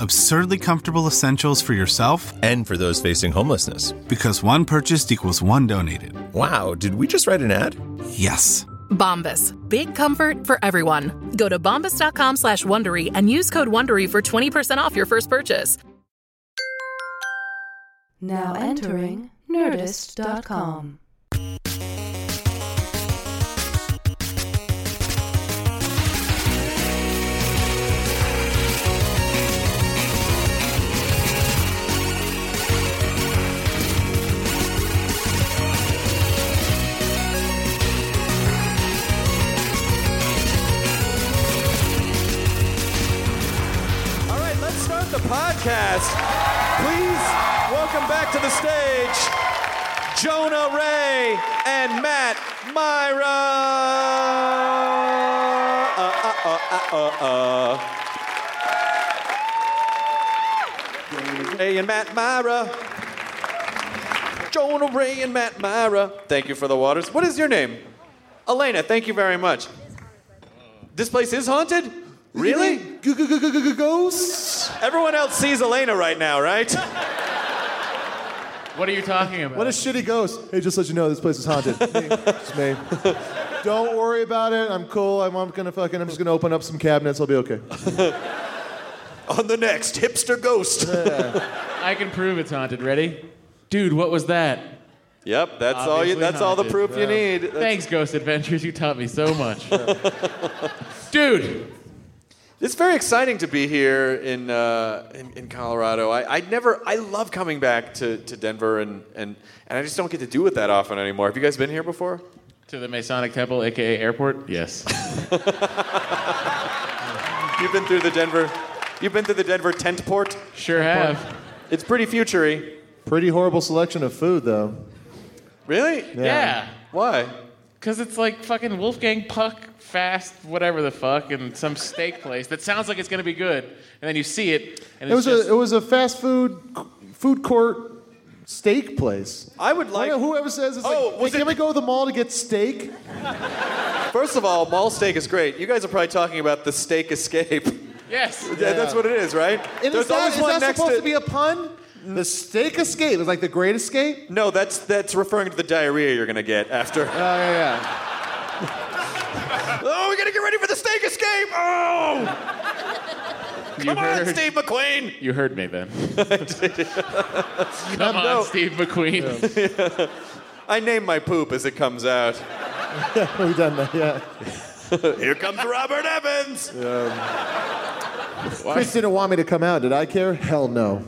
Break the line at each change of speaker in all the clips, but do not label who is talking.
Absurdly comfortable essentials for yourself
and for those facing homelessness.
Because one purchased equals one donated.
Wow, did we just write an ad?
Yes.
Bombas. Big comfort for everyone. Go to bombas.com slash Wondery and use code Wondery for 20% off your first purchase.
Now entering Nerdist.com.
All right, let's start the podcast. Please welcome back to the stage Jonah Ray and Matt Myra. Uh, uh, uh, uh, uh, uh. Ray and Matt Myra. Jonah Ray and Matt Myra. Thank you for the waters. What is your name? Elena, thank you very much. This place is haunted? Really? Ghosts? Everyone else sees Elena right now, right?
What are you talking about?
What a shitty ghost. Hey, just let you know, this place is haunted. Me. It's me. Don't worry about it. I'm cool. I'm, I'm gonna fucking. I'm just gonna open up some cabinets. I'll be okay.
On the next, hipster ghost.
I can prove it's haunted. Ready? Dude, what was that?
yep, that's all you
Obviously
that's all the
haunted.
proof you need. That's-
Thanks, Ghost Adventures. You taught me so much. Dude,
It's very exciting to be here in, uh, in, in Colorado. I, I never, I love coming back to, to Denver, and, and, and I just don't get to do it that often anymore. Have you guys been here before?
to the Masonic Temple, aka airport? Yes.
You've been through the Denver, you've been through the Denver tent port.
Sure have.
It's pretty futury.
Pretty horrible selection of food, though.
Really?
Yeah.
Why?
Because it's like fucking Wolfgang Puck, fast, whatever the fuck, and some steak place that sounds like it's going to be good. And then you see it, and
It
it's
was
just.
a. It was a fast food, food court, steak place.
I would
I
like.
know whoever says it's
Oh,
like,
was
hey,
it-
can we go to the mall to get steak?
First of all, mall steak is great. You guys are probably talking about the steak escape.
yes.
Yeah, that's what it is, right?
And is that, is that supposed to... be a pun? The steak escape is like the great escape.
No, that's that's referring to the diarrhea you're gonna get after.
Oh yeah, yeah.
oh, we gotta get ready for the steak escape! Oh,
You
come on,
heard,
Steve McQueen.
You heard me then. Come on,
No.
Steve McQueen.
I name my poop as it comes out.
We've done that. Yeah.
Here comes Robert Evans.
Chris didn't want me to come out. Did I care? Hell no.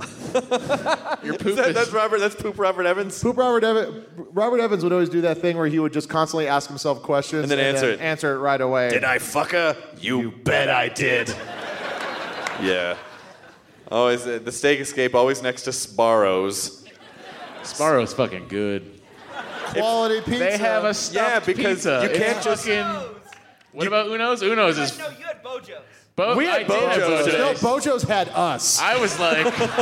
Your poop
That-
is-
that's Robert. That's poop Robert Evans.
Poop Robert Evans. Robert Evans would always do that thing where he would just constantly ask himself questions
And then answer it.
Answer it right away.
Did I fuck her? You, bet I did. yeah. Always uh, the steak escape. Always next to Sparrows.
Sparrow's fucking good.
Quality pizza.
They have a stuffed
Yeah, because
pizza.
you
It's
can't just-
fucking. What about Uno's? Uno's is.
No, you had Bojo's.
Bo-
We had
I did have
Bojo's today.
No, Bojo's had us.
I was like,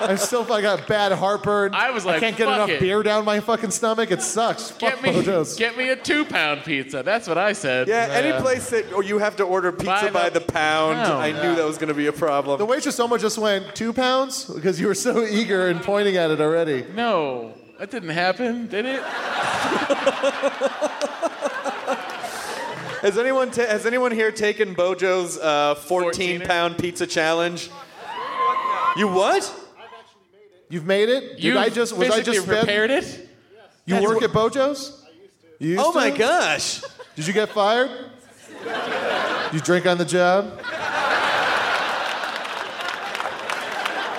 I still I got bad heartburn.
I was
I
like,
can't get
fuck
enough
it.
beer down my fucking stomach. It sucks.
get
Fuck
me,
Bojo's.
get me a two-pound pizza. That's what I said.
Yeah, any place that or you have to order pizza
By
by,
the
the pound.
pound.
I knew that was going to be a problem.
the waitress almost just went two pounds because you were so eager and pointing at it already.
No, that didn't happen, did it?
Has anyone ta- has anyone here taken Bojo's uh, 14
14er?
pound pizza challenge? You what?
You've made it. Did
you
I just was I
physically
just fed-
prepared it?
You work at Bojo's? You used
Oh my
to?
gosh.
Did you get fired? you drink on the job?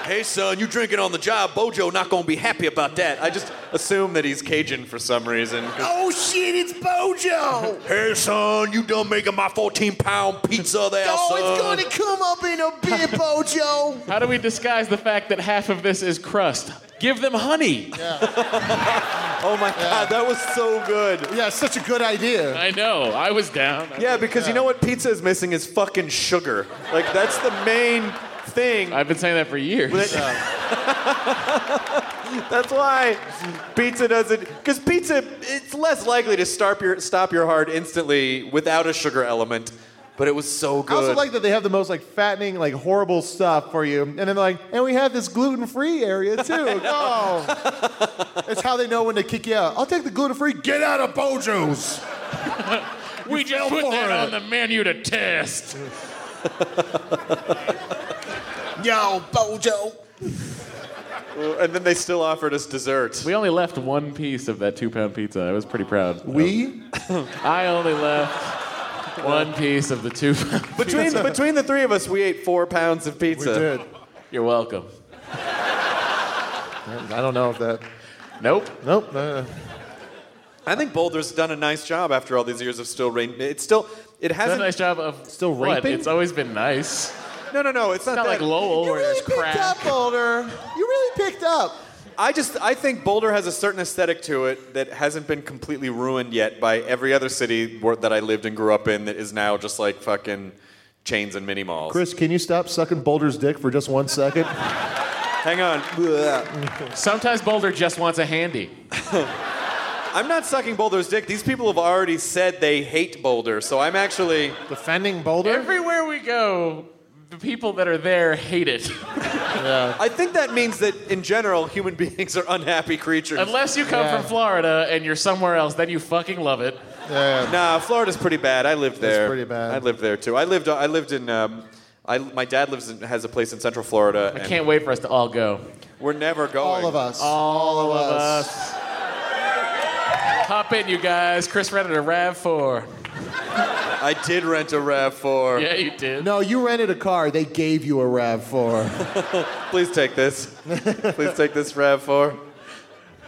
Hey, son, you drinking on the job. Bojo not gonna be happy about that. I just assume that he's Cajun for some reason. Oh shit, it's Bojo! hey, son, you done making my 14 pound pizza there, son.
come up in a bit, Bojo.
How do we disguise the fact that half of this is crust? Give them honey.
oh my god, that was so good.
yeah, such a good idea.
I know. I was down.
Yeah, because you know what pizza is missing is fucking sugar. Like, that's the main thing.
I've been saying that for years.
But- That's why pizza doesn't. Because pizza, it's less likely to stop your stop your heart instantly without a sugar element. But it was so
I
good.
also like that they have the most like fattening, like horrible stuff for you, and then they're like, and we have this gluten-free area too. oh, it's how they know when to kick you out. I'll take the gluten-free. Get out of Bojo's.
we just
fell
put
for
that
it.
on the menu to test.
yo, Bojo. and then they still offered us dessert.
We only left one piece of that two-pound pizza. I was pretty proud.
We?
I only left one piece of the two.
between between the three of us, we ate four pounds of pizza.
Did.
You're welcome.
I don't know if that.
Nope.
Nope. uh,
I think Boulder's done a nice job after all these years of still rain. It's still it
Done
hasn't.
a nice job of
Still
what?
raping?
It's always been nice.
No, no, no. It's not,
Not
that.
like Lowell
you
where
really
there's
picked
crack.
up, Boulder. You really picked up.
I just I think Boulder has a certain aesthetic to it that hasn't been completely ruined yet by every other city where, that I lived and grew up in that is now just like fucking chains and mini malls.
Chris, can you stop sucking Boulder's dick for just one second?
Hang on.
Sometimes Boulder just wants a handy.
I'm not sucking Boulder's dick. These people have already said they hate Boulder, so I'm actually
Defending Boulder?
Everywhere we go, the people that are there hate it.
I think that means that in general human beings are unhappy creatures.
Unless you come
Yeah.
from Florida and you're somewhere else, then you fucking love it.
Nah, Florida's pretty bad. I lived there.
pretty bad.
I lived there too. I lived I lived in um, I, my dad lives in, has a place in Central Florida.
I
and
can't wait for us to all go.
We're never going.
All of us.
All, of us. Hop in, you guys. Chris rented a RAV4.
I did rent a Rav4.
Yeah, you did.
No, you rented a car. They gave you a RAV4.
Please take this. Please take this RAV4.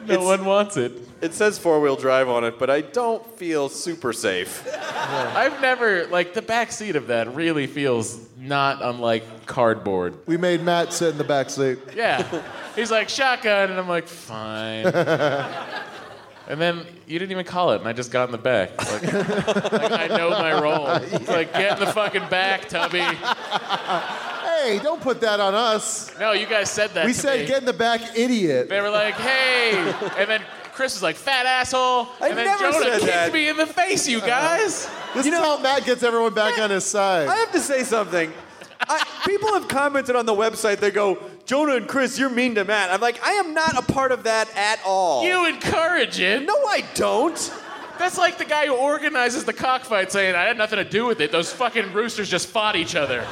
No one wants it.
It says four wheel drive on it, but I don't feel super safe.
I've never, like, the back seat of that really feels not unlike cardboard.
we made Matt sit in the back seat.
Yeah. He's like, shotgun. And I'm like, fine. and then you didn't even call it, and I just got in the back. Like, like, I know my role. It's like, get in the fucking back, Tubby.
Hey, don't put that on us.
No, you guys said that.
We
to
said
me.
get in the back, idiot.
They were like, hey. And then Chris was like, fat asshole.
I
and then
never
Jonah
said
kicked
that.
me in the face, you guys.
This is how Matt gets everyone back on his side.
I have to say something. I, people have commented on the website. They go, Jonah and Chris, you're mean to Matt. I'm like, I am not a part of that at all.
You encourage it.
Uh-huh. No, I don't.
That's like the guy who organizes the cockfight saying, I had nothing to do with it. Those fucking roosters just fought each other.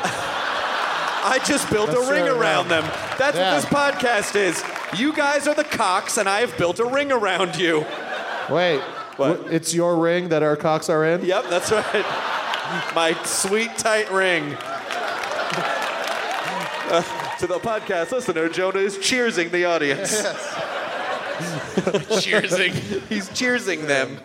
I just built
That's
a ring
right,
around
yeah.
them. That's
Yeah.
what this podcast is. You guys are the cocks, and I have built a ring around you.
Wait.
What?
wh- It's your ring that our cocks are in?
Yep, that's right. My sweet, tight ring. Uh, to the podcast listener, Jonah is cheersing the audience.
Cheersing.
He's cheersing them.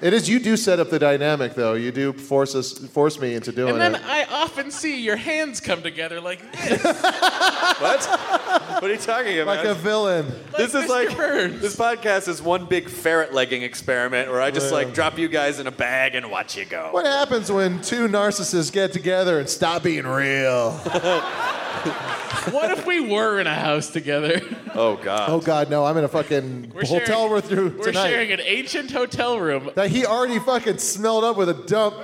It is you do set up the dynamic though. You do force us force me into doing
And then
it.
I often see your hands come together like this.
What? What are you talking about?
like a villain.
this
like Mr.
is like
Burns.
this podcast is one big ferret legging experiment where I just like drop you guys in a bag and watch you go.
What happens when two narcissists get together and stop being real?
What if we were in a house together?
Oh god.
Oh God, no! I'm in a fucking
We're
hotel
sharing,
with you
We're
tonight.
sharing an ancient hotel room.
that he already fucking smelled up with a dump.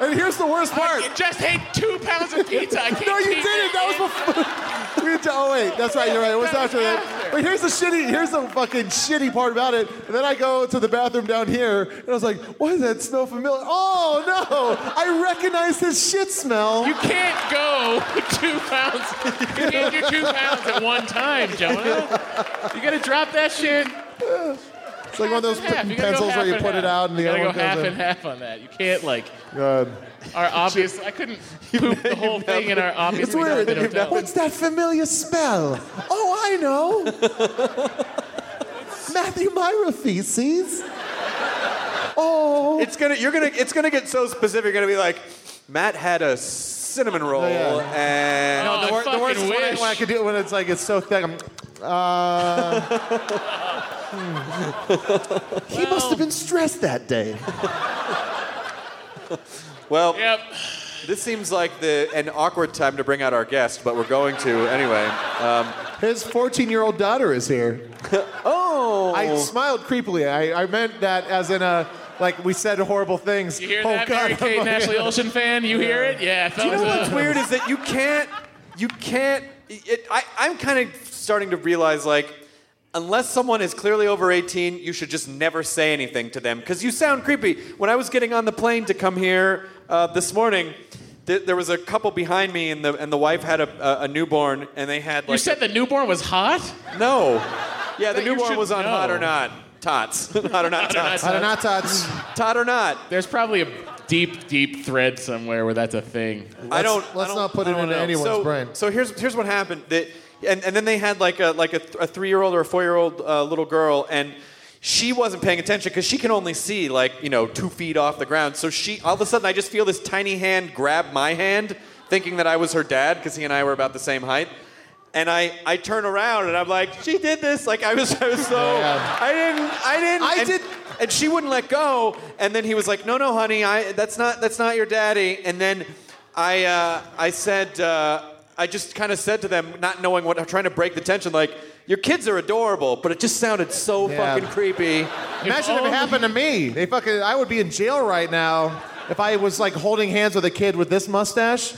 and here's the worst part.
I just ate two pounds of pizza. I can't
No, you
keep
didn't.
it
That
in.
was before. We had to- oh wait, that's right. You're right. It was
That was
after that.
after.
But here's the shitty. Here's the fucking shitty part about it. And then I go to the bathroom down here, and I was like, "Why does that smell familiar?" Oh no! I recognize this shit smell.
You can't go two pounds. You can't do two pounds at one time, Jonah. You gotta drop that shit.
It's like one of those p-
half. You gotta go
pencils where
half
you
and
put it
half.
out and the
you
other
gotta
one
go half
comes
and half on that. You can't like
in. God.
our obvious. I couldn't poop the whole thing in our obvious.
It's weird. What's that familiar smell? Oh, I know. Matthew Myra feces. Oh.
It's gonna you're gonna it's gonna get so specific. You're gonna be like, Matt had a cinnamon roll
yeah.
and
No, Oh, I
Oh, wor-
fucking
worst is when I,
wish.
when I could do it when it's like it's so thick. I'm, uh, hmm. he must have been stressed that day.
well,
Yep.
this seems like the an awkward time to bring out our guest, but we're going to anyway. Um,
His 14-year-old daughter is here.
oh,
I smiled creepily. I, I meant that as in a like we said horrible things.
You hear
oh
that,
God!
Mary Kate and
I'm like-
Ashley Olsen fan? You hear it? Yeah. I thought
you
it
know
was a-
what's weird is that you can't you can't. It, I I'm kind of starting to realize like. Unless someone is clearly over 18, you should just never say anything to them because you sound creepy. When I was getting on the plane to come here uh, this morning, th- there was a couple behind me, and the, and the wife had a, a, a newborn, and they had like
You
a-
said the newborn was hot?
No. Yeah, the
That you
newborn
should
was on
know.
Hot or Not. Tots. hot or Not Tots.
I don't know, Tots.
Tot or Not.
There's probably a deep, deep thread somewhere where that's a thing.
I don't.
let's
I don't-
not put it
I don't
into
know.
anyone's
so,
brain.
So here's here's what happened. That and, and then they had like a like a, th- a three year old or a four year old uh, little girl, and she wasn't paying attention because she can only see like you know two feet off the ground. So she all of a sudden I just feel this tiny hand grab my hand, thinking that I was her dad because he and I were about the same height. And I, I turn around and I'm like, she did this. Like I was I was so
Yeah.
I didn't I didn't
I
and-
did-
and she wouldn't let go. And then he was like, "No, no, honey, I, that's not that's not your daddy." And then I uh, I said uh, I just kind of said to them, not knowing what, trying to break the tension, like, "Your kids are adorable," but it just sounded so
Yeah.
fucking creepy.
Imagine if
Oh.
only-
it happened to me. They fucking, I would be in jail right now if I was like holding hands with a kid with this mustache.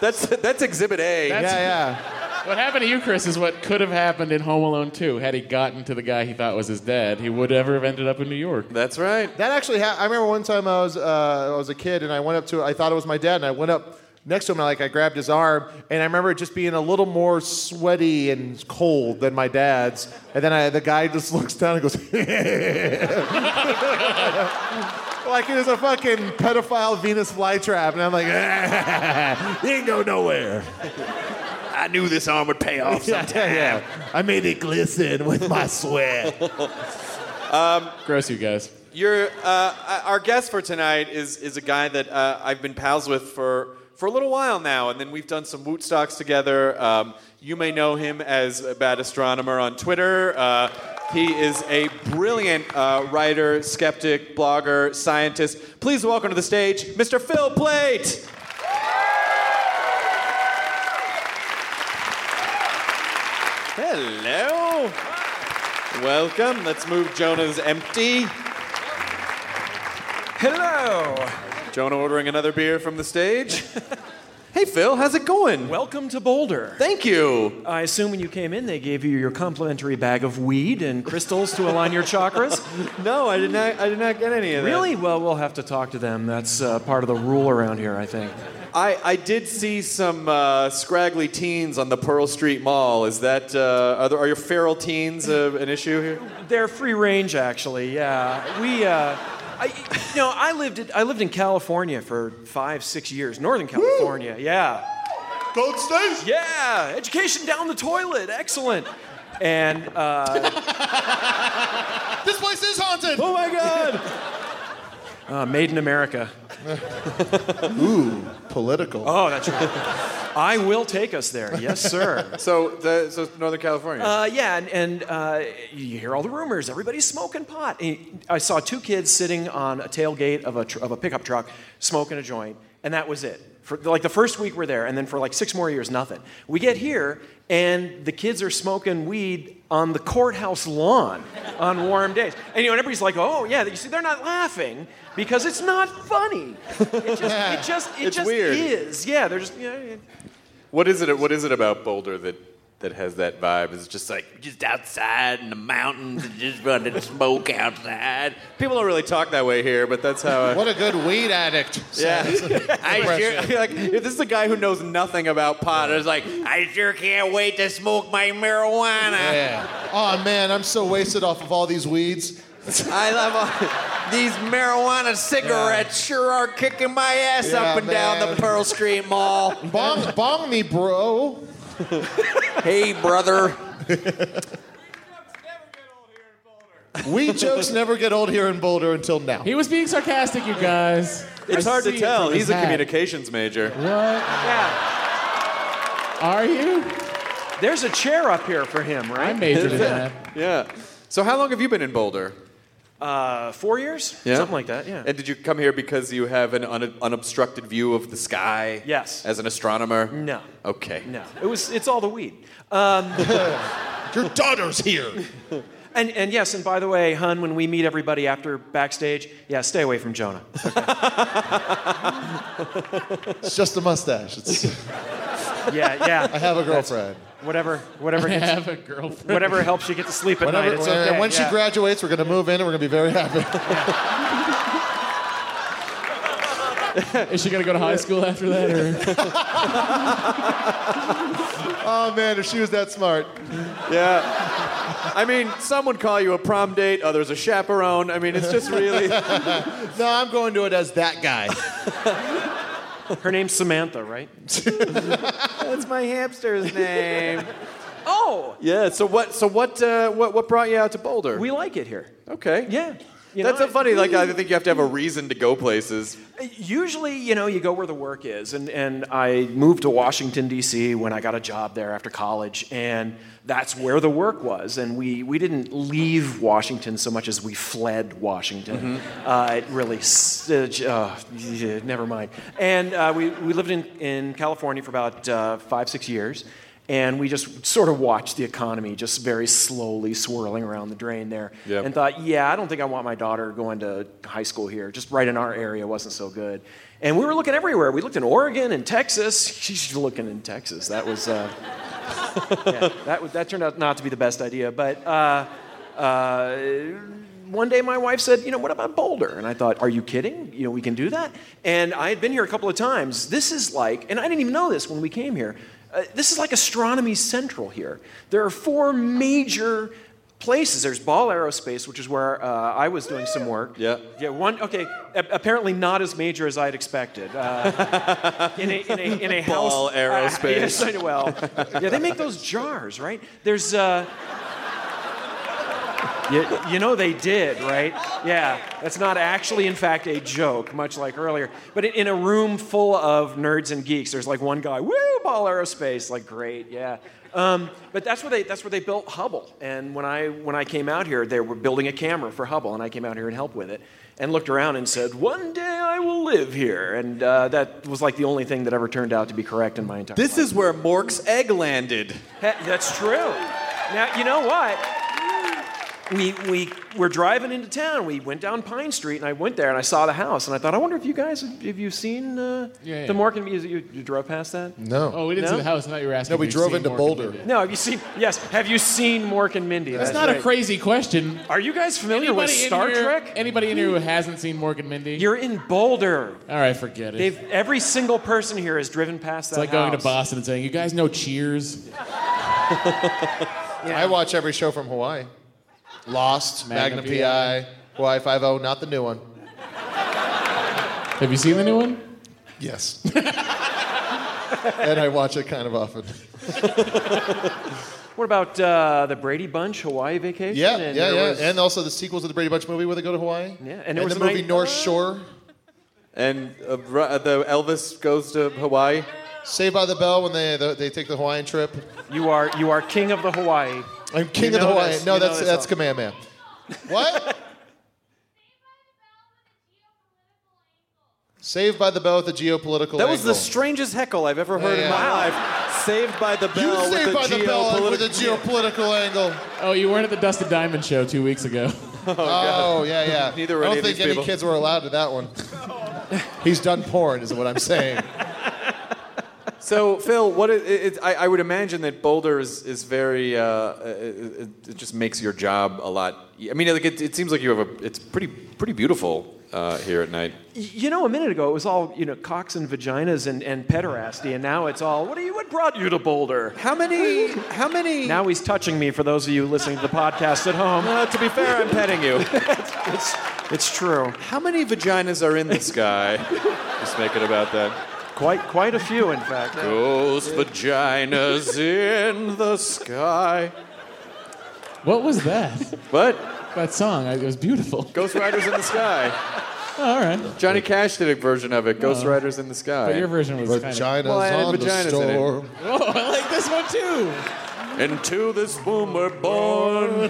That's that's Exhibit A.
That's-
yeah, yeah.
What happened to you, Chris, is what could have happened in Home Alone 2. Had he gotten to the guy he thought was his dad, he would ever have ended up in New York.
That's right.
That actually, ha- I remember one time I was uh, I was a kid and I went up to, I thought it was my dad, and I went up next to him and like I grabbed his arm, and I remember it just being a little more sweaty and cold than my dad's, and then I, the guy just looks down and goes. Like it was a fucking pedophile Venus flytrap, and I'm like, "You ain't go nowhere.
I knew this arm would pay off.
yeah. I made it glisten with my sweat.
Um,
Gross, you guys.
Your, uh, our guest for tonight is, is a guy that uh, I've been pals with for, for a little while now, and then we've done some Wootstocks together. Um, you may know him as Bad Astronomer on Twitter. Uh, he is a brilliant uh, writer, skeptic, blogger, scientist. Please welcome to the stage, Mr. Phil Plate. Hello. Welcome. Let's move Jonah's empty.
Hello.
Jonah ordering another beer from the stage. hey, Phil, how's it going?
Welcome to Boulder.
Thank you.
I assume when you came in, they gave you your complimentary bag of weed and crystals to align your chakras.
No, I did not. I did not get any of that.
Really? Well, we'll have to talk to them. That's uh, part of the rule around here, I think.
I, I did see some uh, scraggly teens on the Pearl Street Mall. Is that uh, are there, are your feral teens uh, an issue here?
They're free range, actually. Yeah. We. Uh, I, you know, I lived in, I lived in California for five, six years. Northern California. Yeah.
Gold State.
Yeah. Education down the toilet. Excellent. And uh,
This place is haunted.
Oh my God!
uh, made in America.
Political.
Oh, that's right. I will take us there. Yes, sir.
so, the, so Northern California.
Uh, yeah, and, and uh, you hear all the rumors. Everybody's smoking pot. And I saw two kids sitting on a tailgate of a, tr- of a pickup truck smoking a joint, and that was it. For like the first week we're there, and then for like six more years, nothing. We get here, and the kids are smoking weed on the courthouse lawn on warm days. And you know, and everybody's like, "Oh yeah," you see, they're not laughing because it's not funny. It just, it just, it
It's
just
weird.
is. Yeah, they're just. You know,
what is it? What is it about Boulder that that has that vibe. It's just like just outside in the mountains and just running smoke outside. People don't really talk that way here, but that's how. I,
What a good weed addict.
yeah, I sure, like if this is a guy who knows nothing about pot. It's like I sure can't wait to smoke my marijuana.
Yeah. Oh man, I'm so wasted off of all these weeds.
I love all, these marijuana cigarettes. Sure are kicking my ass
Yeah,
up and down
man.
the Pearl Street Mall.
Bong, bong me, bro.
hey, brother.
Weed jokes never get old here in Boulder until now.
He was being sarcastic, you guys.
It's
I
hard to
see it
tell.
from his
He's a
hat.
communications major.
Are you?
There's a chair up here for him,
I
right?
majored in that.
Yeah. So how long have you been in Boulder?
Uh, four years? Something like that, yeah.
And did you come here because you have an un- unobstructed view of the sky?
Yes.
As an astronomer?
no.
Okay.
No. It was, it's all the weed. Um,
Your daughter's here.
And, and yes, and by the way, hun, when we meet everybody after backstage, yeah, stay away from Jonah.
It's just a mustache. It's,
Yeah,
I
yeah.
have a girlfriend.
Whatever, whatever,
I
gets,
have a girlfriend.
whatever helps you get to sleep at
Whenever,
night. It's
and
okay.
when
yeah.
she graduates, we're gonna move in and we're gonna be very happy.
Is she gonna go to high school after that? Or?
oh man, if she was that smart.
Yeah. I mean, some would call you a prom date, others a chaperone. I mean, it's just really.
No, I'm going to it as that guy.
her name's Samantha, right?
That's my hamster's name.
Oh,
yeah. So what? So what? Uh, what? What brought you out to Boulder?
we like it here.
okay.
Yeah. You
That's
know,
so funny. Like I think you have to have a reason to go places.
Usually, you know, you go where the work is. And, and I moved to Washington, D.C. when I got a job there after college. And that's where the work was. And we, we didn't leave Washington so much as we fled Washington. Uh, it really, s- uh, j- uh, yeah, never mind. And uh, we, we lived in, in California for about uh, five, six years. And we just sort of watched the economy just very slowly swirling around the drain there
Yep.
and thought, yeah, I don't think I want my daughter going to high school here. Just right in our area wasn't so good. And we were looking everywhere. We looked in Oregon and Texas. She's looking in Texas. That was, uh, yeah, that, was- that turned out not to be the best idea. But uh, uh, one day my wife said, you know, what about Boulder? And I thought, are you kidding? You know, we can do that? And I had been here a couple of times. This is like, and I didn't even know this when we came here. Uh, this is like Astronomy Central here. There are four major places. There's Ball Aerospace, which is where uh, I was doing some work.
Yeah.
Yeah, one, okay, a- apparently not as major as I'd expected. Uh, in a, in a, in a house.
Ball Aerospace.
yes, I know, well, yeah, they make those jars, right? There's. Uh, you, you know they did, right? Yeah, that's not actually, in fact, a joke, much like earlier. But in, in a room full of nerds and geeks, there's like one guy, woo, Ball Aerospace, like great, yeah. Um, but that's where they that's where they built Hubble. And when I when I came out here, they were building a camera for Hubble, and I came out here and helped with it. And looked around and said, "One day I will live here." And uh, that was like the only thing that ever turned out to be correct in my entire.
This is where Mork's egg landed.
Hey, that's true. Now, you know what? We, we were driving into town. We went down Pine Street, and I went there, and I saw the house, and I thought, I wonder if you guys have have you seen uh,
Yeah, yeah.
the Morgan Museum? You, you drove past that?
No.
Oh, we didn't see
No?
the house. I thought you were asking.
No, we
if you've
drove
seen
into
Mork
Boulder.
and Mindy.
No. Have you seen? Yes. Have you seen Mork and Mindy?
That's not a crazy question.
Are you guys familiar with
Anybody in
Star
here-
Trek?
Anybody in here who hasn't seen Mork and Mindy?
You're in Boulder.
All right, forget it.
They've every single person here has driven past
it's
that.
like going to
house.
Boston and saying, "You guys know Cheers,
I watch every show from Hawaii. Lost,
Magna
Magna, PI, Hawaii Five O, not the new one.
Have you seen the new one?"
Yes. and I watch it kind of often.
What about uh, the Brady Bunch Hawaii vacation?
Yeah,
And
yeah,
there
yeah.
was-
And also the sequels of the Brady Bunch movie where they go to Hawaii.
Yeah, and
and
there was
the
a
movie
night-
North Shore.
And uh, Ru- uh, the Elvis goes to Hawaii.
Saved by the Bell when they the, they take the Hawaiian trip.
you are you are king of the Hawaii.
I'm king
You
of the
know
Hawaiian.
this,
No,
you know
that's
this
that's
song.
Kamehameha. What? Saved by the Bell with a geopolitical.
That was the
angle.
strangest heckle I've ever heard
Yeah,
in my life. Saved by the
You
bell. with
saved
the
by the bell with a
geopolitical-
geopolitical angle.
Oh, you weren't at the Dustin Diamond show two weeks ago.
Oh, yeah, yeah.
Neither were
I don't
any of
think
these
any
people.
kids were allowed to that one. He's done porn, is what I'm saying.
So, Phil, what it, it, it- I, I would imagine that Boulder is, is very, uh, uh, it, it- it just makes your job a lot. e, I mean, like it, it seems like you have a, it's pretty, pretty beautiful uh, here at night.
You know, a minute ago it was all you know cocks and vaginas and, and pederasty, and now it's all what do you what brought you to Boulder?
How many, how many?
Now he's touching me. For those of you listening to the podcast at home,
Uh, to be fair, I'm petting you.
it's it's true.
How many vaginas are in the sky? Just make it about that.
Quite quite a few, in fact.
Those vaginas in the sky.
What was that?
What?
that song. I, it was beautiful.
Ghost Riders in the Sky.
all right.
Johnny Cash did a version of it. Ghost Riders in the Sky.
Uh, But your version was kind of.
Vagina's
Well, I had
on
vaginas
the
in it.
storm.
Oh, I like this one too.
Into this womb we're born.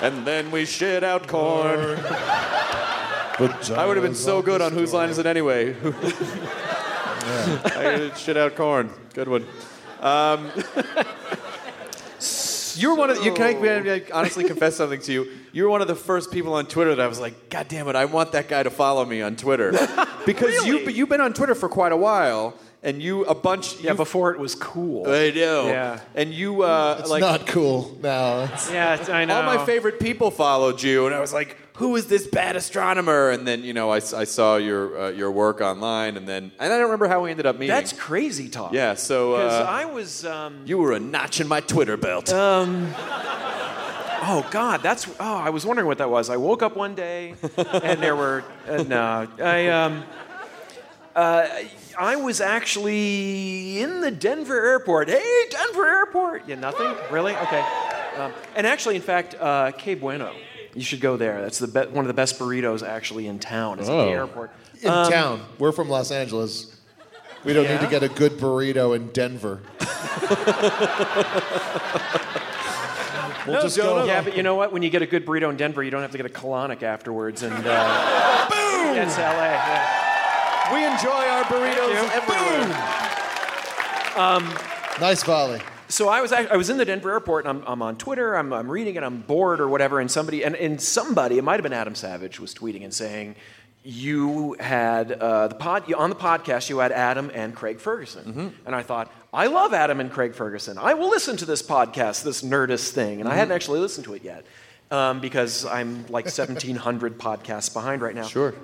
and then we shit out corn. I would have been
Vaginas
so
on
good
the
on Whose Line Is It Anyway? I did shit out corn. Good one. Um, you were one of you. Can I, can I honestly confess something to you? You were one of the first people on Twitter that I was like, God damn it, I want that guy to follow me on Twitter because you you've been on Twitter for quite a while. And you a bunch
Yeah,
you've-
before it was cool.
I know.
Yeah.
And you, uh,
It's
like,
not cool now. It's-
Yeah, it's- I know.
all my favorite people followed you, and I was like, who is this bad astronomer? And then, you know, I, s- I saw your uh, your work online, and then, and I don't remember how we ended up meeting.
That's crazy talk.
Yeah, so,
because
uh,
I was. Um,
you were a notch in my Twitter belt.
Oh God, that's oh I was wondering what that was. I woke up one day and there were uh, no I um uh, I was actually in the Denver airport. Hey Denver airport, yeah nothing really okay. Um, and actually, in fact, uh, Kay Bueno, you should go there. That's the be- one of the best burritos actually in town. It's at
Oh.
the airport. Um,
In town. We're from Los Angeles. We don't need to
Yeah?
get a good burrito in Denver. we'll just go.
Yeah, but you know what? When you get a good burrito in Denver, you don't have to get a colonic afterwards. And uh, boom, it's LA. yeah.
we enjoy our burritos
Thank you. Um,
everywhere.
Nice volley.
so I was act- I was in the Denver airport and I'm, I'm on Twitter, I'm, I'm reading it, I'm bored or whatever, and somebody and, and somebody, it might have been Adam Savage, was tweeting and saying, "You had uh, the pod you, on the podcast, you had Adam and Craig Ferguson,"
Mm-hmm.
and I thought, "I love Adam and Craig Ferguson. I will listen to this podcast, this Nerdist thing," and I
Mm-hmm.
hadn't actually listened to it yet. Um, because I'm like 1,700 podcasts behind right now.
Sure.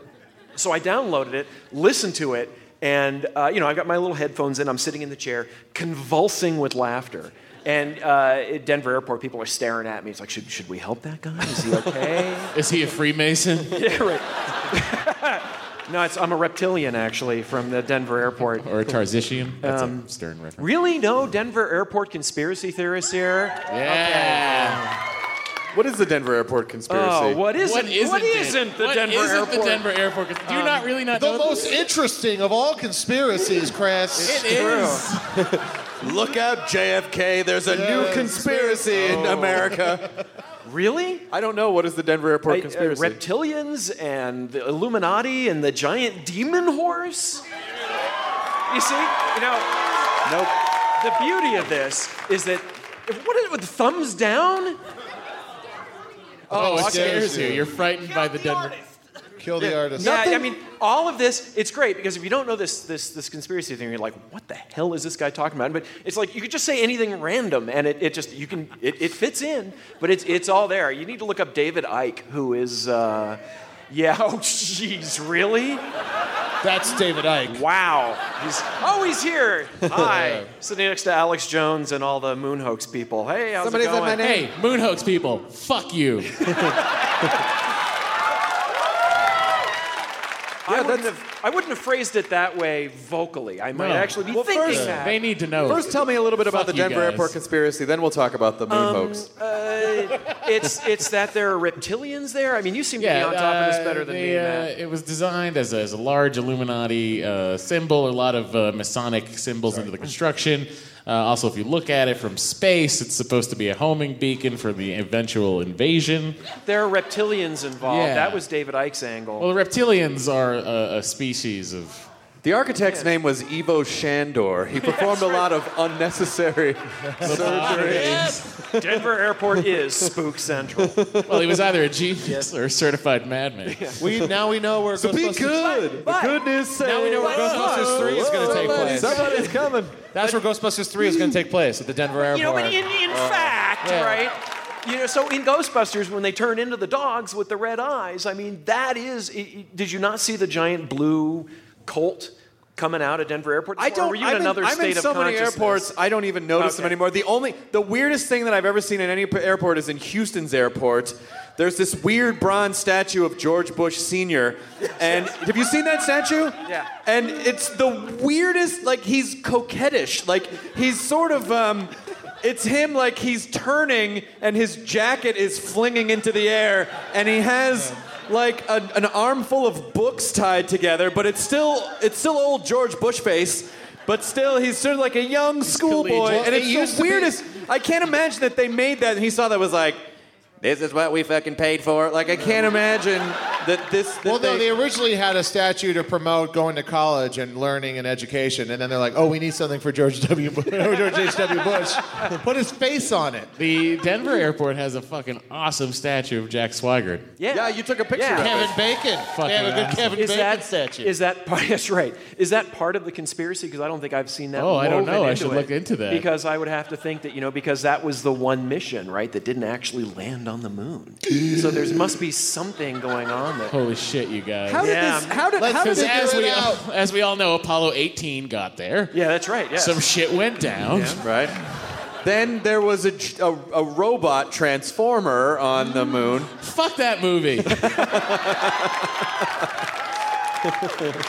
So I downloaded it, listened to it, and uh, you know I've got my little headphones in. I'm sitting in the chair, convulsing with laughter. And uh, at Denver Airport, people are staring at me. It's like, should, should we help that guy? Is he okay?
Is he a Freemason
yeah, right. no, it's, I'm a reptilian actually from the Denver Airport. Um,
or a Tarzishian? That's a stern reference.
Really? No Denver Airport conspiracy theorists here.
Yeah.
What is the Denver airport conspiracy?
Oh, what isn't?
What isn't,
what
it?
isn't the
What
Denver
isn't
Airport?
the Denver Airport? Do you
Um,
not really not
The
know
most
this?
interesting of all conspiracies, Chris.
It is.
Look out, JFK. There's a new
Yeah.
conspiracy in America.
Really?
I don't know. What is the Denver airport
Uh, uh,
conspiracy?
reptilians and the Illuminati and the giant demon horse. You see, you know,
nope.
the beauty of this is that if, what is it with thumbs down?
Oh,
scares
it scares you.
you.
You're frightened by the Denver.
Kill the artist.
Yeah, I mean, all of this, it's great because if you don't know this this this conspiracy thing, you're like, what the hell is this guy talking about? But it's like you could just say anything random and it, it just you can it, it fits in, but it's it's all there. You need to look up David Icke, who is uh yeah, oh jeez, really?
That's David Icke.
Wow. He's always here. Hi. Sitting next to Alex Jones and all the Moon Hoax people. Hey, how's
Somebody said
it going?
my name.
Hey, moon hoax people, fuck you.
I, wouldn't have, I wouldn't have phrased it that way vocally. I might
No.
actually be
Well,
thinking
first,
that.
They need to know.
First, tell me a little bit
Fuck
about the
you
Denver
guys.
airport conspiracy, then we'll talk about the moon hoax.
Um, uh, it's, it's that there are reptilians there. I mean, you seem to
Yeah,
be on top of
uh,
this better than
they,
me, Matt.
uh, it was designed as a, as a large Illuminati uh, symbol, a lot of uh, Masonic symbols into the construction. Uh, also, if you look at it from space, it's supposed to be a homing beacon for the eventual invasion.
There are reptilians involved.
Yeah.
That was David Ike's angle.
uh, Well, the reptilians are a, a species of
The architect's name was Ivo Shandor. He performed a lot of unnecessary surgeries.
Denver Airport is spook central.
Well, he was either a genius or a certified madman.
We now we know where.
So be
Ghostbusters-
good.
But-
the goodness sake.
Now we know where Ghostbusters 3 is going to take place.
Somebody's coming.
That's where Ghostbusters 3 is going to take place at the Denver airport.
You know, but in, in
Uh,
fact,
yeah.
right? You know, so in Ghostbusters, when they turn into the dogs with the red eyes, I mean, that is. i- i- Did you not see the giant blue Colt coming out at Denver Airport?
I
Or
don't.
Were you
I'm
in another
I'm
state
in so
of
many
consciousness?
airports. I don't even notice them
Okay.
anymore. The only, the weirdest thing that I've ever seen in any p- airport is in Houston's airport. There's this weird bronze statue of George Bush Senior, and have you seen that statue?
Yeah.
And it's the weirdest. Like he's coquettish. Like he's sort of. Um, it's him like he's turning and his jacket is flinging into the air and he has like an, an armful of books tied together but it's still it's still old george bush face but still he's sort of like a young schoolboy
collegiate.
and
Well,
it's
it used
the
to be-
weirdest i can't imagine that they made that and he saw that was like this is what we fucking paid for like i can't imagine that this that
Well, no,
they-
they originally had a statue to promote going to college and learning and education, and then they're like, "Oh, we need something for George W. Bu- George H. W. Bush. Put his face on it."
The Denver airport has a fucking awesome statue of Jack Swigert.
Yeah.
yeah you took a picture of
Yeah.
it.
Kevin Bacon. they have a good
awesome.
Kevin
Is
Bacon
that,
statue.
is that part? That's right. Is that part of the conspiracy? Because I don't think I've seen that.
Oh, I don't
woven
know. I
into
should
it.
look into that.
Because I would have to think that you know, because that was the one mission, right, that didn't actually land on the moon. so there must be something going on there.
Holy shit, you guys.
how did
Yeah.
this how did
Let's
how did
just
this-
as
figure
we
it out.
as we all know, Apollo 18 got there.
Yeah, that's right. Yeah.
Some shit went down.
right? Then there was a, j- a- a robot transformer on the moon.
Fuck that movie.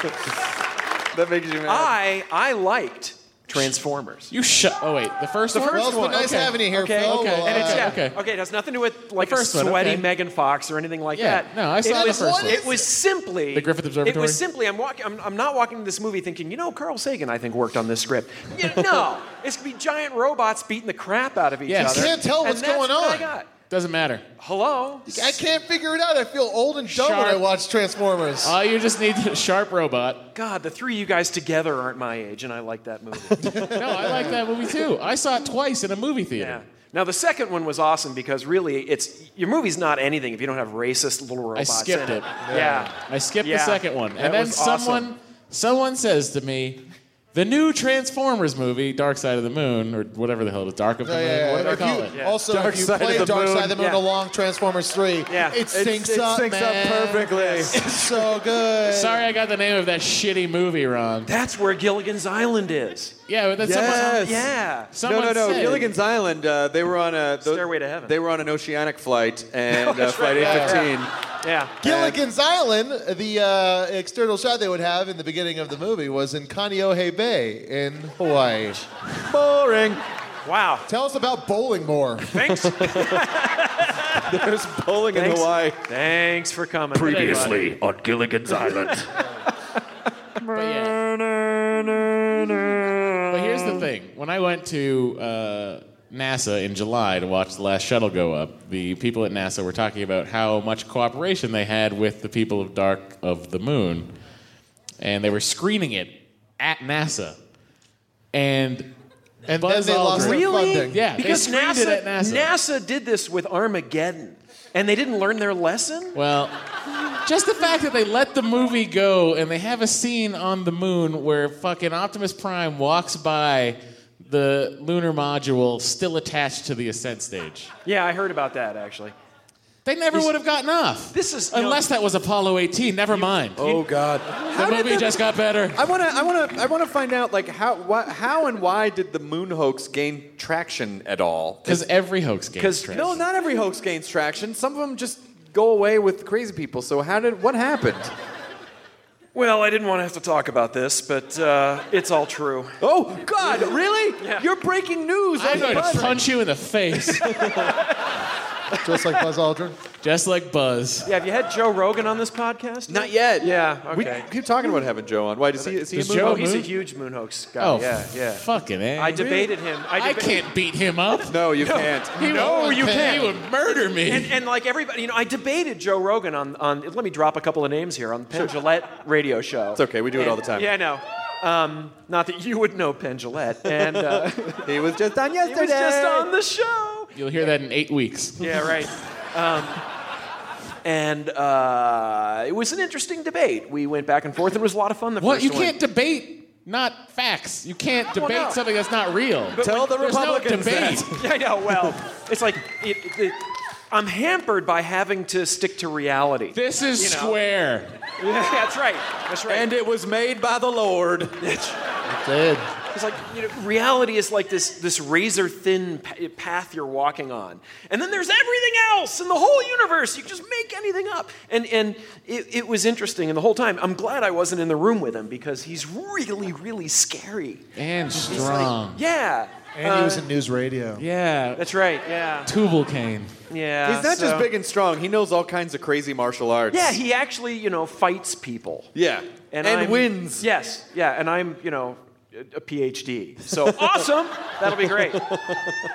That makes you mad.
I I liked Transformers.
You shut. Oh wait, the first
The
one.
first
well, it's been
one.
nice
Okay.
having you here,
Okay,
Phil.
okay.
Well,
And it's,
uh,
yeah,
okay.
okay. it has nothing to do with like
first
a
one,
sweaty
okay.
Megan Fox or anything like
Yeah,
that.
no, I saw
it
the
was,
first one.
It was simply
The Griffith
It
Observatory?
was simply I'm walking. I'm, I'm not walking to this movie thinking, you know, Carl Sagan I think worked on this script. You know, no, it's gonna be giant robots beating the crap out of each
Yeah, you
other.
can't tell
And
what's
that's
going
what I
on.
got.
Doesn't matter.
Hello.
I can't figure it out. I feel old and dumb when I
Sharp.
watch Transformers.
All you just need is a sharp robot.
God, the three of you guys together aren't my age, and I like that movie.
No, I like that movie too. I saw it twice in a movie
Yeah.
theater.
Now the second one was awesome because really, it's your movie's not anything if you don't have racist little robots.
skipped
in
it.
Yeah.
I skipped the
Yeah.
second one, and
That
then
was awesome.
someone someone says to me. The new Transformers movie, Dark Side of the Moon, or whatever the hell it is, Dark of the
Yeah,
Moon,
yeah,
what
yeah.
do they
If
call
you-
it?
Also,
Dark
if you
Side of
play
the
Dark Side of the Moon
Moon. Yeah.
along Transformers 3,
Yeah.
it
It-
syncs
it
up,
syncs
man.
up perfectly.
It's so good.
Sorry, I got the name of that shitty movie wrong.
That's where Gilligan's Island is.
Yeah, but that's
Yes.
Yeah.
someone.
no,
someone
no, no.
said-
Gilligan's Island. Uh, they were on a tho-
Stairway to Heaven.
They were on an oceanic flight
Oh,
and uh,
That's right,
flight
yeah,
815.
Yeah.
Gilligan's Island, the uh, external shot they would have in the beginning of the movie was in Kaneohe Bay in Hawaii.
Boring.
Wow.
Tell us about bowling more.
Thanks.
There's bowling in
Thanks.
Hawaii.
Thanks for coming. Previously.
on Gilligan's Island.
But, yeah. But here's the thing: when I went to uh, NASA in July to watch the last shuttle go up, the people at NASA were talking about how much cooperation they had with the people of Dark of the Moon, and they were screening it at NASA, and
And
Buzz
then they lost
Aldrin.
their
Really?
funding.
yeah, they
Because
screened
NASA,
it at NASA.
NASA did this with Armageddon, and they didn't learn their lesson.
Well, just the fact that they let the movie go and they have a scene on the moon where fucking Optimus Prime walks by the lunar module still attached to the ascent stage.
Yeah, I heard about that actually.
They never would have gotten off.
This is-
unless that was Apollo 18. Never mind.
Oh God.
the movie just got better.
I want to. I want to. I want to find out like how. Why, how and why did the moon hoax gain traction at all?
Because every hoax game.
'Cause-
No, not every hoax gains traction. Some of them just go away with crazy people. So how did? What happened?
Well, I didn't want to have to talk about this, but uh, it's all true.
Oh God, really?
Yeah.
You're breaking news.
I'm
on
going
the
to
bus.
punch you in the face.
Just like Buzz Aldrin.
Just like Buzz.
Yeah, have you had Joe Rogan on this podcast?
Not yet.
Yeah,
We
okay.
keep talking about having Joe on. Why does he? Is he
Does
a movie?
Joe
Oh, he's a
Moon?
huge moon hoax guy.
Oh,
yeah, yeah.
Fucking A.
I debated him. I,
I
deba-
can't beat him up.
No, you can't.
He
No,
would,
you
He
can't.
would murder me.
And, and like everybody, you know, I debated Joe Rogan on, on let me drop a couple of names here on the Penn Jillette radio show.
It's okay. We do it all the time.
Yeah, I know. Um, not that you would know Penn Jillette. And uh, he
He was just on yesterday.
was just on the show.
You'll hear that in eight weeks.
Yeah, right. Um, and uh, it was an interesting debate. We went back and forth. It was a lot of fun. The
What?
first
You
one.
can't debate not facts. You can't debate
no.
something that's not real.
Tell the
There's no
Republicans
debate.
that.
I know. Well, it's like it, it, I'm hampered by having to stick to reality.
This is
You know.
square.
Yeah, that's right. That's right.
And it was made by the Lord.
Did.
It's like you know, reality is like this this razor thin p- path you're walking on, and then there's everything else in the whole universe. You can just make anything up, and and it, it was interesting. And the whole time, I'm glad I wasn't in the room with him because he's really really scary.
And
It's like-
strong.
yeah, Uh,
And he was in news radio.
Yeah.
that's right. Yeah,
Tubal Cain.
yeah.
He's not just
so-
big and strong. He knows all kinds of crazy martial arts.
Yeah, he actually you know fights people
yeah.
I'm-
wins.
Yes, yeah, and I'm you know a- a PhD. So awesome! That'll be great.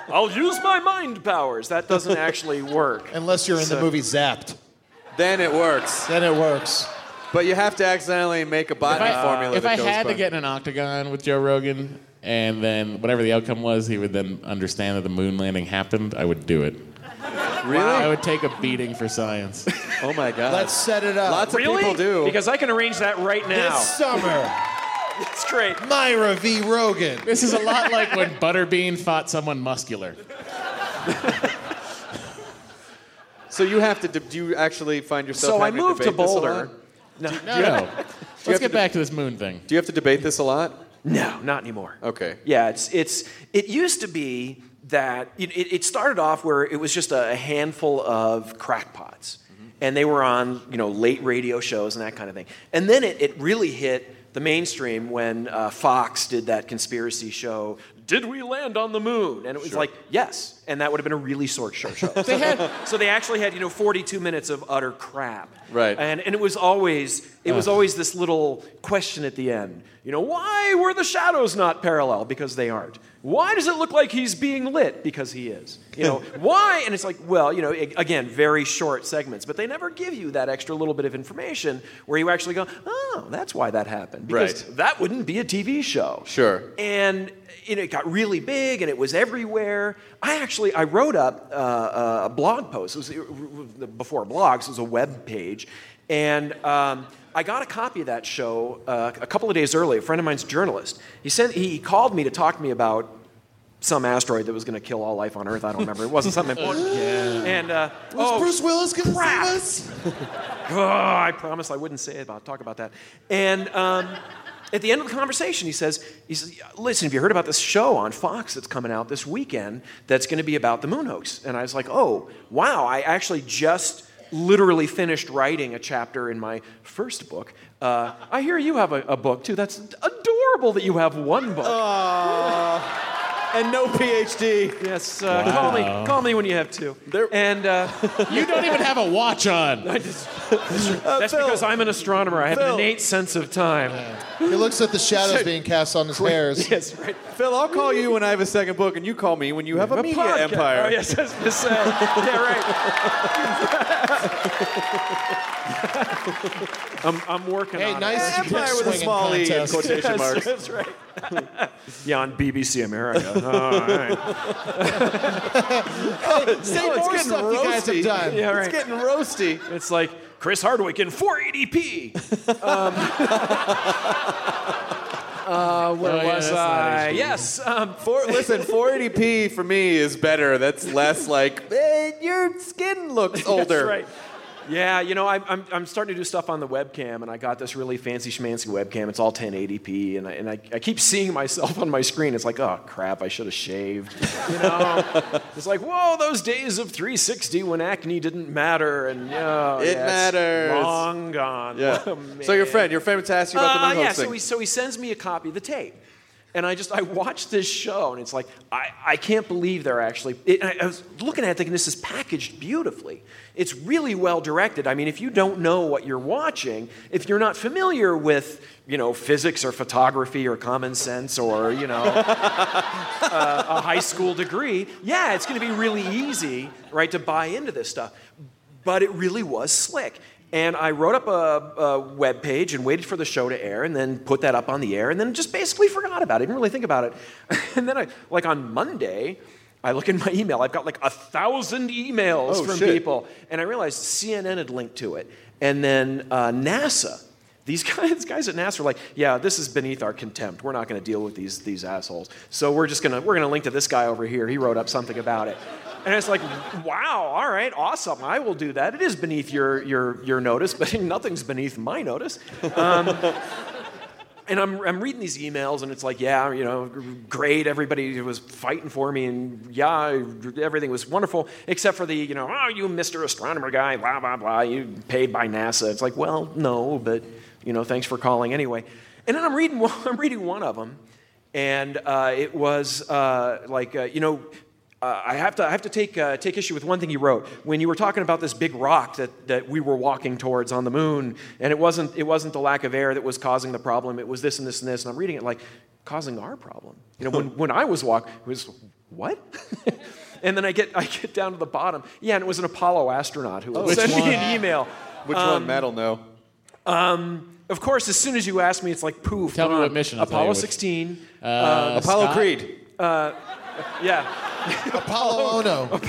I'll use my mind powers. That doesn't actually work.
Unless you're in the movie Zapped,
Then it works.
then it works.
But you have to accidentally make a
If
botany
I, uh,
formula.
if
that
I
goes
had
by.
to get in an octagon with Joe Rogan, and then whatever the outcome was, he would then understand that the moon landing happened, I would do it.
really,
I would take a beating for science.
oh my god,
Let's set it up.
lots
really?
of people do.
Because I can arrange that right now.
This summer,
It's great.
Myra V. Rogan.
this is a lot like when Butterbean fought someone muscular.
so you have to. Do do you actually find yourself?
So I
having
moved to
debate this a
Boulder.
lot?
No, no. Let's
to
get back to this moon thing.
Do you have to debate this a lot?
No, not anymore.
Okay.
Yeah, it's it's it used to be that it, it, it started off where it was just a, a handful of crackpots, and they were on you know late radio shows and that kind of thing. And then it, it really hit the mainstream when uh, Fox did that conspiracy show. Did we land on the moon? And it was like yes, and that would have been a really short show. show.
They had
so they actually had you know 42 minutes of utter crap.
Right.
And and it was always it was always this little question at the end. You know, why were the shadows not parallel? Because they aren't. Why does it look like he's being lit? Because he is. You know, why? And it's like, well, you know, a- again, very short segments, but they never give you that extra little bit of information where you actually go, oh, that's why that happened. Because
Right.
that wouldn't be a TV show.
Sure.
And you know, it got really big, and it was everywhere. I actually I wrote up uh, a blog post. It was it- before blogs. It was a web page, and um, I got a copy of that show uh, a couple of days early. A friend of mine's a journalist. He sent he called me to talk to me about some asteroid that was going to kill all life on Earth. I don't remember. It wasn't something important. And uh,
Was
oh,
Bruce Willis gonna
crap.
save us?
Oh, I promise I wouldn't say about talk about that. And um, at the end of the conversation, he says, he says, "Listen, have you heard about this show on Fox that's coming out this weekend that's going to be about the moon hoax?" And I was like, "Oh, wow! I actually just literally finished writing a chapter in my first book. Uh, I hear you have a, a book too. That's adorable that you have one book. Uh,
And no PhD.
yes, uh, call me, call me when you have two.
There-
and uh,
you don't even have a watch on.
I just, that's because I'm an astronomer. I have an
Uh, Phil.
innate sense of time.
He looks at the shadows being cast on his hairs.
Yes, right.
Phil, I'll call you when I have a second book, and you call me when you have a, media
podcast.
empire.
Oh, yes, yes, yes, uh, yeah, right. I'm, I'm working
Hey,
on
nice
it.
dick
Empire with a
swinging
small e in
contest.
quotation
Yes,
marks.
That's right. yeah, on BBC America. All right.
Oh, Say
more stuff you guys have done.
Yeah,
It's
right.
getting roasty.
It's like Chris Hardwick in 480p. Um, uh,
Oh,
where
yeah,
was
that's not
I?
HD.
Yes. Um,
Four, listen, 480p for me is better. That's less like eh, your skin looks older.
That's right. Yeah, you know, I, I'm, I'm starting to do stuff on the webcam, and I got this really fancy schmancy webcam. It's all 1080p, and I, and I, I keep seeing myself on my screen. It's like, oh, crap, I should have shaved. You know? it's like, whoa, those days of 360 when acne didn't matter, and oh,
It
yeah, it's
matters.
long gone.
Yeah.
Oh,
so your
man.
friend, your friend was asking you about the
Uh,
moon
yeah,
hoax
so
thing.
he, so he sends me a copy of the tape. And I just I watched this show, and it's like I, I can't believe they're actually. It, and I, I was looking at it thinking this is packaged beautifully. It's really well directed. I mean, if you don't know what you're watching, if you're not familiar with you know physics or photography or common sense or you know uh, a high school degree, yeah, it's going to be really easy, right, to buy into this stuff. But it really was slick. And I wrote up a, a web page and waited for the show to air, and then put that up on the air, and then just basically forgot about it. Didn't really think about it. and then, I, like on Monday, I look in my email. I've got like a thousand emails
Oh,
from
shit.
people, and I realized CNN had linked to it, and then uh, NASA. These guys, these guys at NASA are like, yeah, this is beneath our contempt. We're not going to deal with these these assholes. So we're just gonna we're gonna link to this guy over here. He wrote up something about it, and it's like, wow, all right, awesome. I will do that. It is beneath your your your notice, but nothing's beneath my notice. Um, and I'm, I'm reading these emails, and it's like, yeah, you know, great. Everybody was fighting for me, and yeah, everything was wonderful, except for the, you know, oh, you Mr. Astronomer guy, blah, blah, blah, you paid by NASA. It's like, well, no, but, you know, thanks for calling anyway. And then I'm reading, one- I'm reading one of them, and uh, it was uh, like, uh, you know, uh, I have to, I have to take, uh, take issue with one thing you wrote. When you were talking about this big rock that, that we were walking towards on the moon, and it wasn't, it wasn't the lack of air that was causing the problem, it was this and this and this. And I'm reading it like, causing our problem. You know, when, when I was walking, it was, what? and then I get, I get down to the bottom. Yeah, and it was an Apollo astronaut who
Oh, which
sent
one?
me an email. Um,
Which one? Matt'll know.
Of course, as soon as you ask me, it's like, poof.
Tell me
uh,
what mission, I'll tell you
Apollo
which-
16.
Uh, Apollo
Uh, Scott?
Creed.
Uh, Yeah.
Apollo Ono.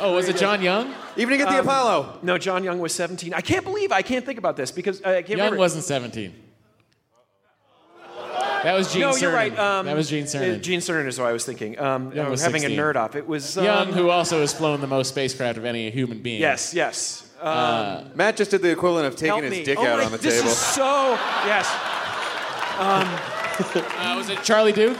Oh, was it John Young?
Even to get the Apollo.
Um, No, John Young was 17. I can't believe I can't think about this because uh, I can't
Young
remember.
wasn't 17. That was Gene
no,
Cernan.
you're right. Um,
that was Gene Cernan.
uh, Gene Cernan is what I was thinking. Um,
Young
I
was
was having
16.
a nerd off. It was um,
Young, who also has flown the most spacecraft of any human being.
Yes, yes.
Uh,
Um,
Matt just did the equivalent of taking
help
his
me.
dick
oh
out
my,
on the
this
table.
is so yes. Um,
Uh, was it Charlie Duke?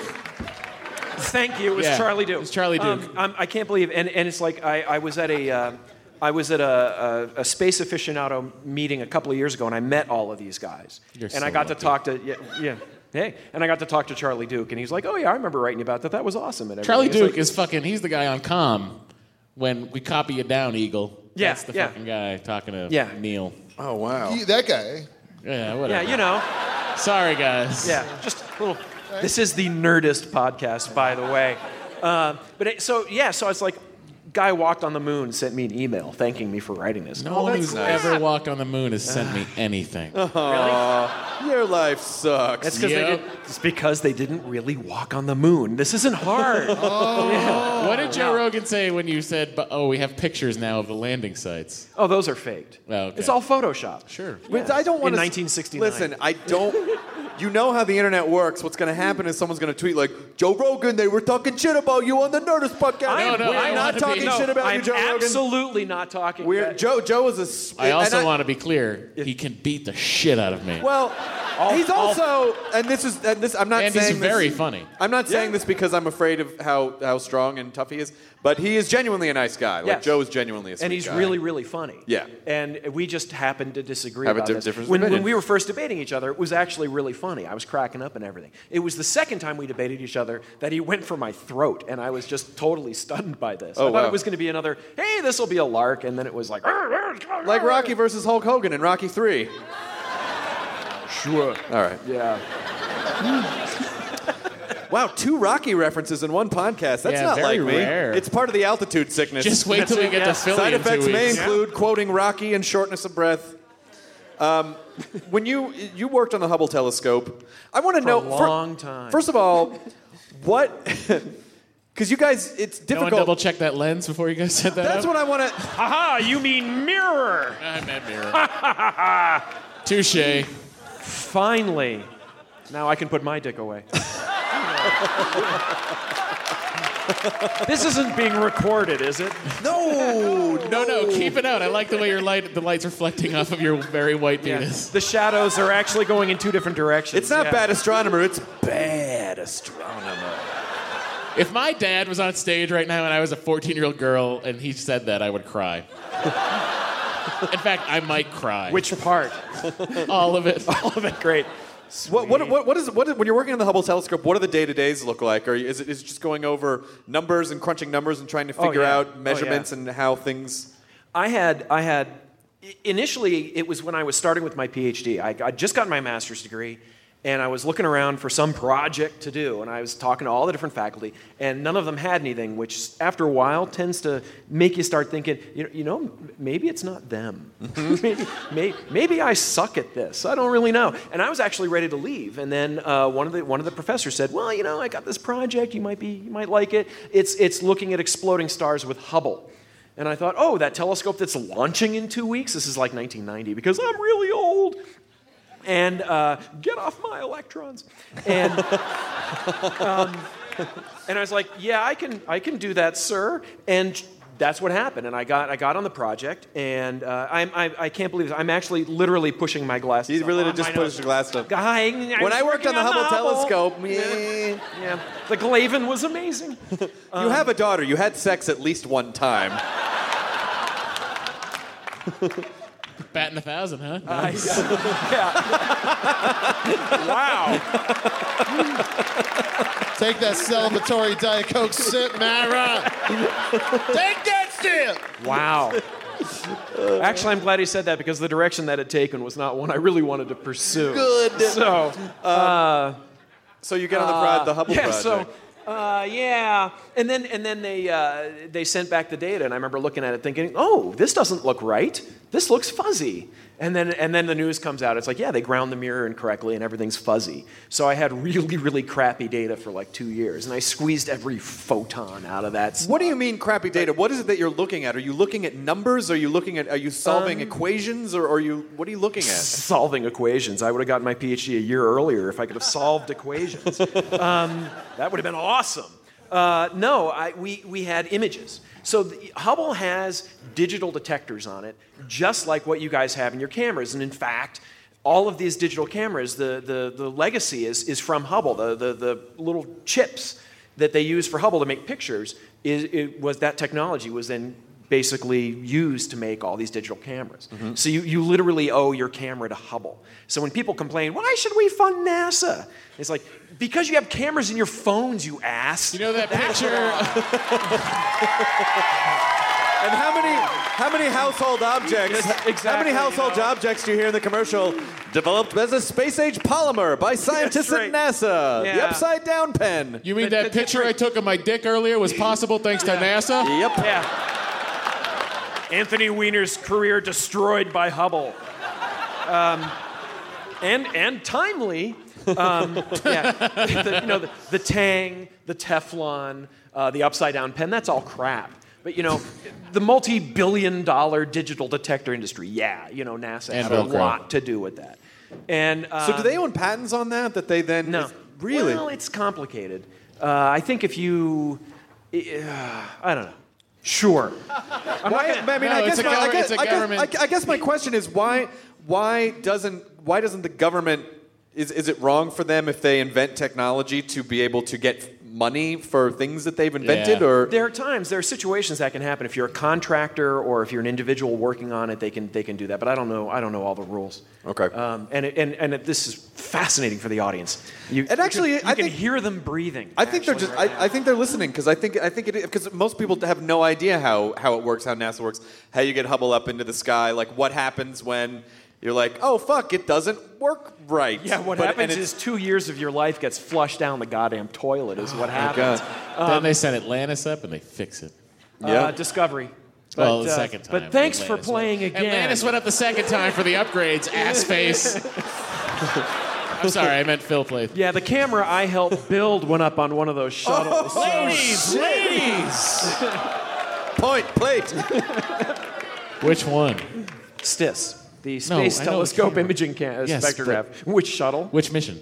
Thank you. It was
Yeah,
Charlie Duke.
it was Charlie Duke.
Um, I'm- I can't believe, and, and it's like I, I was at a, uh, I was at a, a, a space aficionado meeting a couple of years ago, and I met all of these guys,
You're
and
so
I got
lucky.
to talk to yeah, yeah, hey, and I got to talk to Charlie Duke, and he's like, oh yeah, I remember writing about that. That was awesome. And
Charlie
everything.
Duke
It's
is fucking. He's the guy on Com when we copy it down, Eagle.
Yeah,
That's the
yeah.
fucking guy talking to
Yeah.
Neil.
oh wow.
You- that guy.
Yeah,
like,
whatever.
yeah, you know,
Sorry, guys.
yeah, just a little. This is the Nerdist podcast, by the way. Uh, but it, so yeah, so it's like. Guy walked on the moon sent me an email thanking me for writing this.
No one who's ever walked on the moon has sent me anything.
Your life sucks.
That's because
Yep.
they did, it's because they didn't really walk on the moon. This isn't hard.
Oh. what did Joe Rogan say when you said, "But oh, we have pictures now of the landing sites"?
Oh, those are faked.
Oh, okay.
It's all Photoshop.
Sure.
But I don't want
In 1969.
Listen, I don't. You know how the internet works. What's going to happen is someone's going to tweet like, "Joe Rogan, they were talking shit about you on the Nerdist podcast."
I
am- No, no, I want
I'm not
to
talking
be-
No,
shit about
I'm
you, Joe Rogan.
absolutely not talking.
We're,
that-
Joe Joe is a. s-
I also
and
want to be clear. He can beat the shit out of me.
Well, he's
all-
also, and this is, and this. I'm not
And he's
saying this-
very funny.
I'm not saying this because I'm afraid of how how strong and tough he is, but he is genuinely a nice guy. Like
Yes.
Joe is genuinely a. Sweet
and he's
guy.
really, really funny.
Yeah.
And we just happened to disagree
Have a
about
di-
this.
difference of
when, when
opinion.
we were first debating each other, it was actually really funny. I was cracking up and everything. It was the second time we debated each other that he went for my throat, and I was just totally stunned by this. I
Oh,
thought
wow.
it was going to be another, hey, this will be a lark, and then it was like,
like Rocky versus Hulk Hogan in Rocky Three.
Sure.
All right.
Yeah.
Wow, two Rocky references in one podcast. That's
Yeah,
not
very
like me.
rare.
It's part of the altitude sickness.
Just wait till we get to
Yes.
Philly
Side
in two
effects may
weeks.
include quoting Rocky and shortness of breath. Um, when you you worked on the Hubble telescope, I want to know
a long time.
First of all, what? Because you guys, it's
No one
difficult.
double checked that lens before you guys set that
That's
up.
what I want to.
Haha, you mean mirror.
I meant mirror. Touche.
Finally. Now I can put my dick away. this isn't being recorded, is it?
No,
No, no, keep it out. I like the way your light, the light's reflecting off of your very white penis.
The shadows are actually going in two different directions.
It's not
Yeah.
bad astronomer. It's bad astronomer.
If my dad was on stage right now and I was a 14 year old girl and he said that, I would cry. In fact, I might cry.
Which part? Oh,
all of it.
All of it. Great.
What, what, what, what is what is, when you're working on the Hubble telescope? What do the day to days look like? Or is it is it just going over numbers and crunching numbers and trying to
Oh,
figure
yeah. Oh,
out
yeah.
measurements and how things?
I had I had i- initially it was when I was starting with my PhD. I I just got my master's degree and I was looking around for some project to do and I was talking to all the different faculty and none of them had anything which after a while tends to make you start thinking you know, you know m- maybe it's not them. maybe, may, maybe I suck at this. I don't really know. And I was actually ready to leave and then uh, one of the one of the professors said, "Well, you know, I got this project. You might be you might like it. It's it's looking at exploding stars with Hubble." And I thought, oh, that telescope that's launching in two weeks? This is like 1990 because I'm really old. And uh, get off my electrons. And, um, and I was like, yeah, I can, I can do that, sir. And that's what happened. And I got, I got on the project, and uh, I'm, I, I can't believe this. I'm actually literally pushing my glasses.
He really
up
did
on
just
my
put
nose.
his glass up.
Guy, I
When
was
I worked on
working
the Hubble telescope,
yeah,
meh.
yeah, the Glavin was amazing.
you have
Um,
a daughter. You had sex at least one time.
Batting a thousand, huh?
wow.
Take that celebratory Diet Coke sip, Mara. Take that sip.
Wow. Actually, I'm glad he said that because the direction that had taken was not one I really wanted to pursue.
Good.
So, uh,
So you get on the prod, the Hubble
yeah.
project.
So, uh, yeah. And then and then they uh, they sent back the data, and I remember looking at it, thinking, "Oh, this doesn't look right. This looks fuzzy." And then and then the news comes out. It's like, yeah, they ground the mirror incorrectly, and everything's fuzzy. So I had really really crappy data for like two years, and I squeezed every photon out of that.
what do you mean crappy data? What is it that you're looking at? Are you looking at numbers? Are you looking at are you
Um,
solving equations or are you what are you looking at?
solving equations. I would have gotten my PhD a year earlier if I could have solved equations. Um, that would have been awesome. Uh, no, I, we, we had images. So the, Hubble has digital detectors on it, just like what you guys have in your cameras. And in fact, all of these digital cameras, the, the, the legacy is, is from Hubble, the, the, the little chips that they use for Hubble to make pictures is it was that technology was then basically used to make all these digital cameras. So you, you literally owe your camera to Hubble. So when people complain, why should we fund NASA? It's like, because you have cameras in your phones, you ass.
You know that picture?
And how many how many household objects
Yes,
how many
exactly,
household
you know.
objects do you hear in the commercial? Developed as a space age polymer by scientists
That's
at
right.
NASA. The
Yeah.
upside down pen.
You mean that picture I took of my dick earlier was possible thanks to NASA?
yep.
yeah. Anthony Weiner's career destroyed by Hubble. Um, and, and timely. Um, yeah. the, you know, the, the Tang, the Teflon, uh, the upside down pen, that's all crap. But, you know, the multi billion dollar digital detector industry, yeah, you know, NASA
And
had a
Velcro.
lot to do with that. And uh,
So do they own patents on that that they then
no.
is- really?
Well, it's complicated. Uh, I think if you, uh, I don't know. Sure.
Why- I mean,
No,
I
it's
guess
a
my, I
government-
guess,
it's a
I guess-
government-
I, I guess my question is why why doesn't why doesn't the government is is it wrong for them if they invent technology to be able to get money for things that they've invented
Yeah.
or
There are times, there are situations that can happen. If you're a contractor or if you're an individual working on it, they can they can do that. But I don't know. I don't know all the rules.
Okay.
Um, and it, and and it, this is fascinating for the audience. You,
And actually,
you can, you
I
can
think-
hear them breathing.
I think they're
actually,
just.
right now.
I, I think they're listening because I think I think it because most people have no idea how how it works, how NASA works, how you get Hubble up into the sky, like what happens when you're like, oh fuck, it doesn't work right.
Yeah, what
But- and
happens
it's-
is two years of your life gets flushed down the goddamn toilet. Is what Um, happens.
then they sent Atlantis up and they fix it.
Uh, Discovery.
well,
But,
the
uh,
second time.
But thanks for
Atlantis
playing
went.
again.
Atlantis went up the second time for the upgrades, ass face. I'm sorry, I meant Phil Plath. Oh.
Yeah, the camera I helped build went up on one of those shuttles.
Oh,
Ladies, ladies.
point plate.
Which one?
STIS, the
No,
Space
I know the
Telescope
camera.
Imaging ca- uh,
Yes,
Spectrograph. Which shuttle?
Which mission?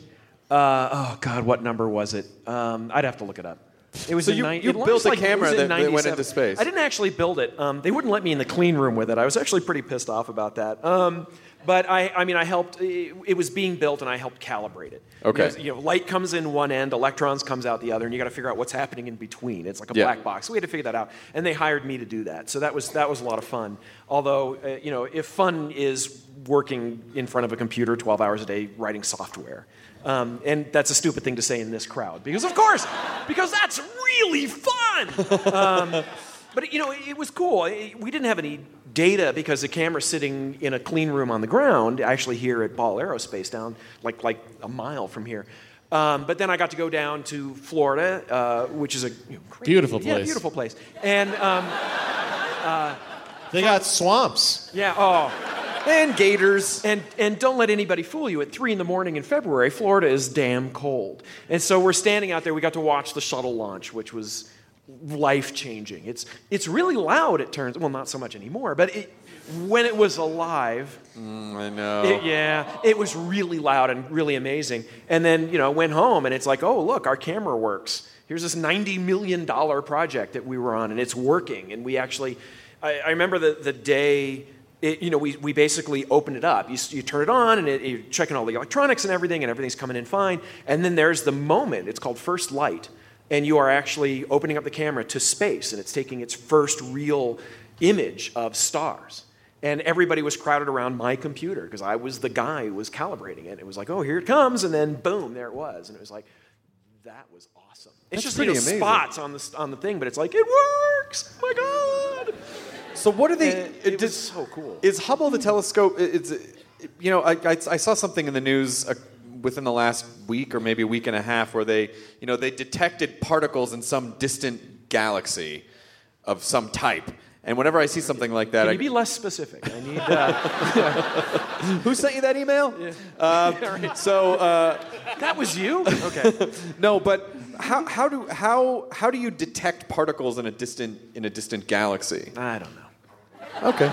Uh, oh God, what number was it? Um, I'd have to look it up. It was
So
in
you-
nine-
you
it was
built a
like- it
camera
was
that-
in
that went
97.
into space.
I didn't actually build it. Um, they wouldn't let me in the clean room with it. I was actually pretty pissed off about that. Um, but I, I mean, I helped. It, it was being built, and I helped calibrate it.
Okay.
You know, you know, light comes in one end, electrons comes out the other, and you got to figure out what's happening in between. It's like a
Yeah.
black box. We had to figure that out, and they hired me to do that. So that was that was a lot of fun. Although, uh, you know, if fun is working in front of a computer 12 hours a day writing software. Um, and that's a stupid thing to say in this crowd because, of course, because that's really fun. Um, but you know, it was cool. It- We didn't have any data because the camera's sitting in a clean room on the ground, actually here at Ball Aerospace, down like like a mile from here. Um, but then I got to go down to Florida, uh, which is a you know, great-
Beautiful
yeah,
place.
beautiful place. And um, uh,
They got swamps.
yeah, oh.
And gators.
And and don't let anybody fool you. At three in the morning in February, Florida is damn cold. And so we're standing out there. We got to watch the shuttle launch, which was life changing. It's it's really loud. It turns well, not so much anymore, but it, when it was alive,
Mm, I know.
it- yeah, it was really loud and really amazing. And then you know went home and it's like, oh look, our camera works. Here's this ninety million dollar project that we were on, and it's working. And we actually, I, I remember the the day. It, you know, we, we basically open it up. You, s- you turn it on, and it, you're checking all the electronics and everything, and everything's coming in fine. And then there's the moment. It's called first light, and you are actually opening up the camera to space, and it's taking its first real image of stars. And everybody was crowded around my computer because I was the guy who was calibrating it. It was like, oh, here it comes, and then boom, there it was, and it was like, that was awesome. It's just you know,
pretty amazing.
spots on the s- on the thing, but it's like it works. My God.
Oh So what are they?
Uh, it
did-
was so cool.
Is Hubble the telescope? it- It's it- you know I, I, I saw something in the news uh, within the last week or maybe a week and a half where they you know they detected particles in some distant galaxy of some type. And whenever I see something like that,
Can
I,
you be less specific? I need. Uh,
who sent you that email? Uh, So uh,
that was you. Okay.
no, but how, how do how how do you detect particles in a distant in a distant galaxy?
I don't know.
Okay.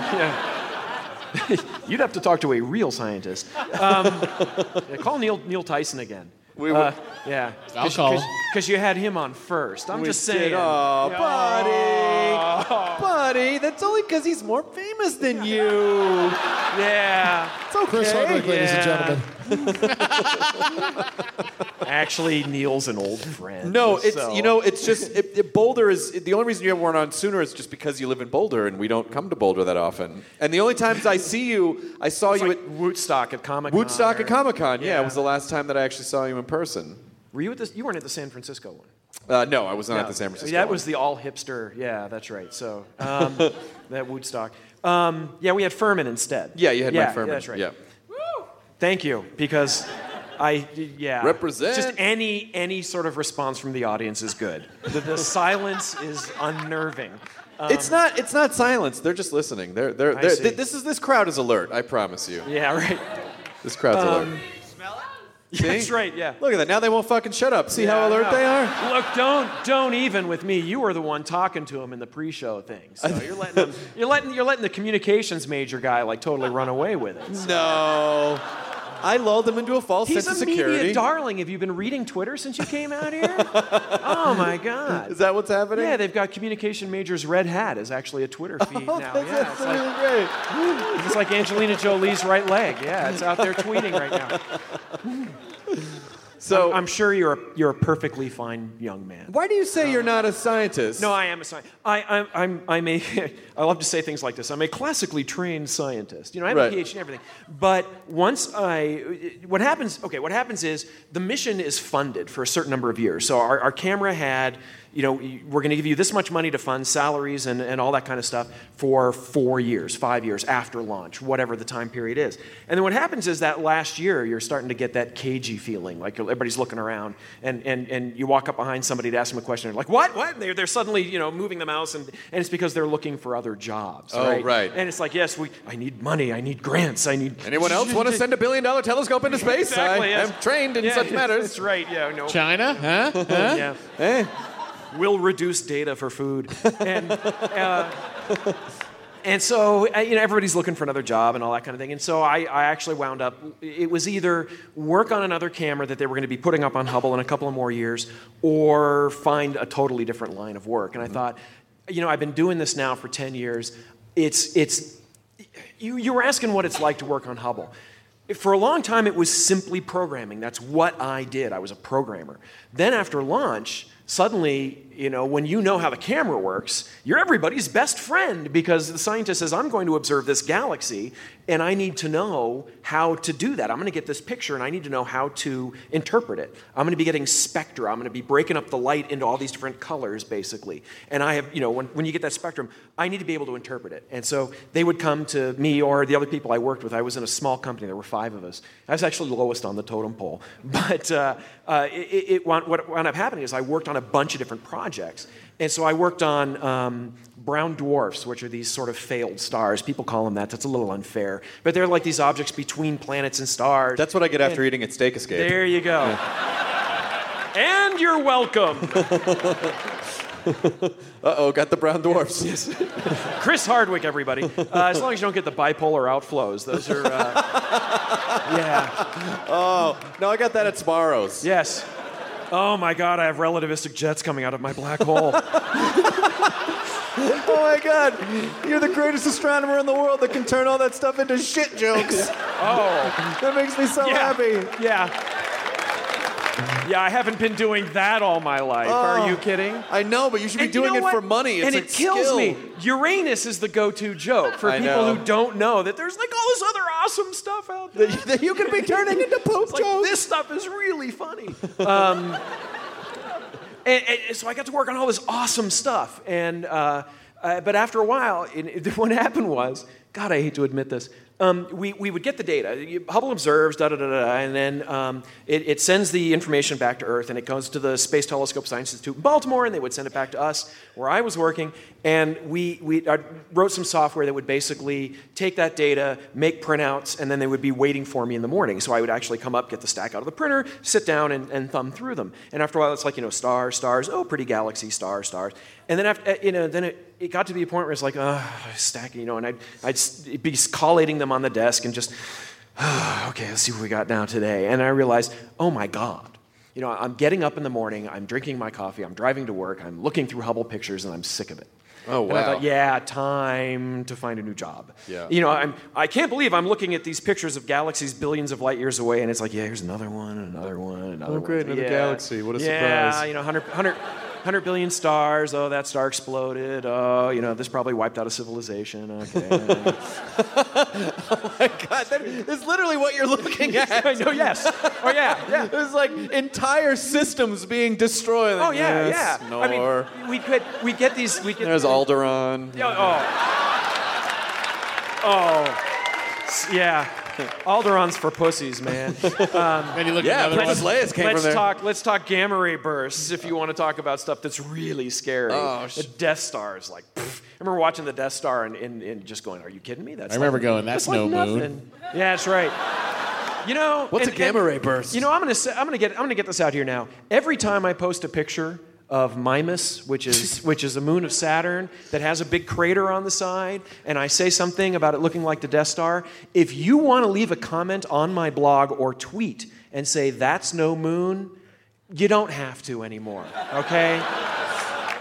You'd have to talk to a real scientist. Um, yeah, call Neil, Neil Tyson again.
We
Uh, yeah.
I'll call him.
Because you had him on first. I'm
We
just
did.
saying.
Aw, buddy. Oh, Buddy, that's only because he's more famous than you.
Yeah.
It's okay. Chris Hardwick, ladies and
yeah.
gentlemen.
Actually, Neil's an old friend.
No, it's
so-
you know, it's just it, it- Boulder is the only reason you weren't on sooner is just because you live in Boulder and we don't come to Boulder that often. And the only times I see you, I saw
It's
you
like
at
Woodstock at Comic Con.
Woodstock at Comic Con. Yeah,
Yeah.
it was the last time that I actually saw you in person.
Were you at this? You weren't at the San Francisco one.
Uh, no, I was not at the San Francisco.
That
one.
was the all hipster. Yeah, that's right. So um, that Woodstock. Um, yeah, we had Furman instead.
yeah, you had
yeah,
Mike Furman.
That's right.
Yeah.
Thank you, because I yeah.
Represent.
Just any any sort of response from the audience is good. The, the silence is unnerving. Um,
it's not. It's not silence. They're just listening. They're. They're.
I
they're
see.
th- this is. This crowd is alert. I promise you.
Yeah, right. Um,
This crowd's alert.
Yeah, That's
See?
right. Yeah.
Look at that. Now they won't fucking shut up. See
Yeah,
how
I
alert
know.
they are?
Look, don't don't even with me. You were the one talking to him in the pre-show thing. So you're letting them, you're letting you're letting the communications major guy like totally run away with it.
No. I lulled them into a false
He's
sense
a
of security.
media darling. Have you been reading Twitter since you came out here? oh my god.
Is that what's happening?
yeah, they've got communication majors red hat is actually a Twitter feed
Oh,
now.
that's,
yeah,
that's
it's like-
really great.
It's like Angelina Jolie's right leg. Yeah, it's out there tweeting right now.
So,
I'm sure you're a, you're a perfectly fine young man.
why do you say you're not a scientist?
No, I am a scientist. I, I'm, I'm, I'm a, I love to say things like this. I'm a classically trained scientist. You know, I have
Right.
a PhD and everything. But once I, what happens, okay, what happens is the mission is funded for a certain number of years. So our, our camera had, you know, we're going to give you this much money to fund salaries and, and all that kind of stuff for four years, five years after launch, whatever the time period is. And then what happens is that last year, you're starting to get that cagey feeling, like everybody's looking around, and, and, and you walk up behind somebody to ask them a question, and they're like, what, what? And they're, they're suddenly, you know, moving the mouse, and, and it's because they're looking for other jobs,
Oh,
right?
right.
And it's like, yes, we, I need money, I need grants, I need...
Anyone else want to send a billion dollar telescope into space?
Exactly,
I
yes.
am trained in
Yeah,
such matters. Eh?
That's right, yeah, no,
China, huh? Huh?
yeah. We'll reduce data for food. And, uh, and so, uh, you know, everybody's looking for another job and all that kind of thing. And so I, I actually wound up, it was either work on another camera that they were going to be putting up on Hubble in a couple of more years or find a totally different line of work. And I thought, you know, I've been doing this now for 10 years. It's, it's, you, you were asking what it's like to work on Hubble. For a long time, it was simply programming. That's what I did. I was a programmer. Then after launch, suddenly, you know, when you know how the camera works, you're everybody's best friend because the scientist says, I'm going to observe this galaxy and I need to know how to do that. I'm going to get this picture and I need to know how to interpret it. I'm going to be getting spectra. I'm going to be breaking up the light into all these different colors, basically. And I have, you know, when, when you get that spectrum, I need to be able to interpret it. And so they would come to me or the other people I worked with. I was in a small company, there were five of us. I was actually lowest on the totem pole. But uh, uh, it, it, it wound- what wound up happening is I worked on a bunch of different projects. And so I worked on um, brown dwarfs, which are these sort of failed stars. People call them that. That's a little unfair. But they're like these objects between planets and stars.
That's what I get after eating at Steak Escape.
There you go. and you're welcome.
Uh oh, got the brown dwarfs.
Chris Hardwick, everybody. Uh, as long as you don't get the bipolar outflows, those are. Uh, yeah.
Oh, No, I got that at Sparrow's.
Yes. Oh my God! I have relativistic jets coming out of my black hole.
Oh my god, you're the greatest astronomer in the world that can turn all that stuff into shit jokes.
Oh.
That makes me so
yeah.
happy.
Yeah. Yeah, I haven't been doing that all my life. Are you kidding?
Oh, I know, but you should be
And you
doing
know
it
what?
for money. It's
and
a
it kills
skill.
me. Uranus is the go-to joke for
I
people
know.
who don't know that there's like all this other awesome stuff out there.
That- that you can be turning into poop
It's like,
jokes.
this stuff is really funny. Um, and, and so I got to work on all this awesome stuff. And uh, uh, but after a while, it, it- what happened was, God, I hate to admit this. Um, we, we would get the data. You- Hubble observes, da da da da, and then um, it, it sends the information back to Earth, and it goes to the Space Telescope Science Institute in Baltimore, and they would send it back to us, where I was working. And we, we I wrote some software that would basically take that data, make printouts, and then they would be waiting for me in the morning. So I would actually come up, get the stack out of the printer, sit down, and, and thumb through them. And after a while, it's like, you know, stars, stars, oh, pretty galaxy, stars, stars. And then, after, you know, then it, it got to the point where it's like, uh, stacking, you know, and I'd, I'd s- be collating them on the desk and just, okay, let's see what we got now today. And I realized, oh my God. You know, I'm getting up in the morning, I'm drinking my coffee, I'm driving to work, I'm looking through Hubble pictures, and I'm sick of it.
Oh,
And I
wow.
thought, yeah, time to find a new job.
Yeah.
You know, I'm, I can't believe I'm looking at these pictures of galaxies billions of light years away, and it's like, yeah, here's another one, another one, another one.
Oh, great, another
Yeah.
galaxy. What a
yeah,
surprise.
you know, 100, 100, 100 billion stars. Oh, that star exploded. Oh, you know, this probably wiped out a civilization. Okay.
God, that is literally what you're looking at.
I know, yes. Oh, yeah, yeah.
It's like entire systems being destroyed.
Oh yeah, yeah.
Snore.
I mean, we could we get these we get
There's Alderaan.
Yeah, oh. Oh. S- Yeah. Alderon's for pussies, man. Um,
Then you look
Yeah,
at another
Princess
one.
Leia's came
let's
from there.
talk let's talk gamma ray bursts if you want to talk about stuff that's really scary.
Oh, sh-
the Death Star is like pff. I remember watching the Death Star and, and, and just going, Are you kidding me? That's
I remember
like-
going, "That's
like
no moon."
nothing." Yeah, that's right. You know,
What's a gamma ray burst?
You know, I'm gonna say, I'm gonna get I'm gonna get this out here now. Every time I post a picture of Mimas, which is which is a moon of Saturn that has a big crater on the side, and I say something about it looking like the Death Star. If you want to leave a comment on my blog or tweet and say that's no moon, you don't have to anymore. Okay.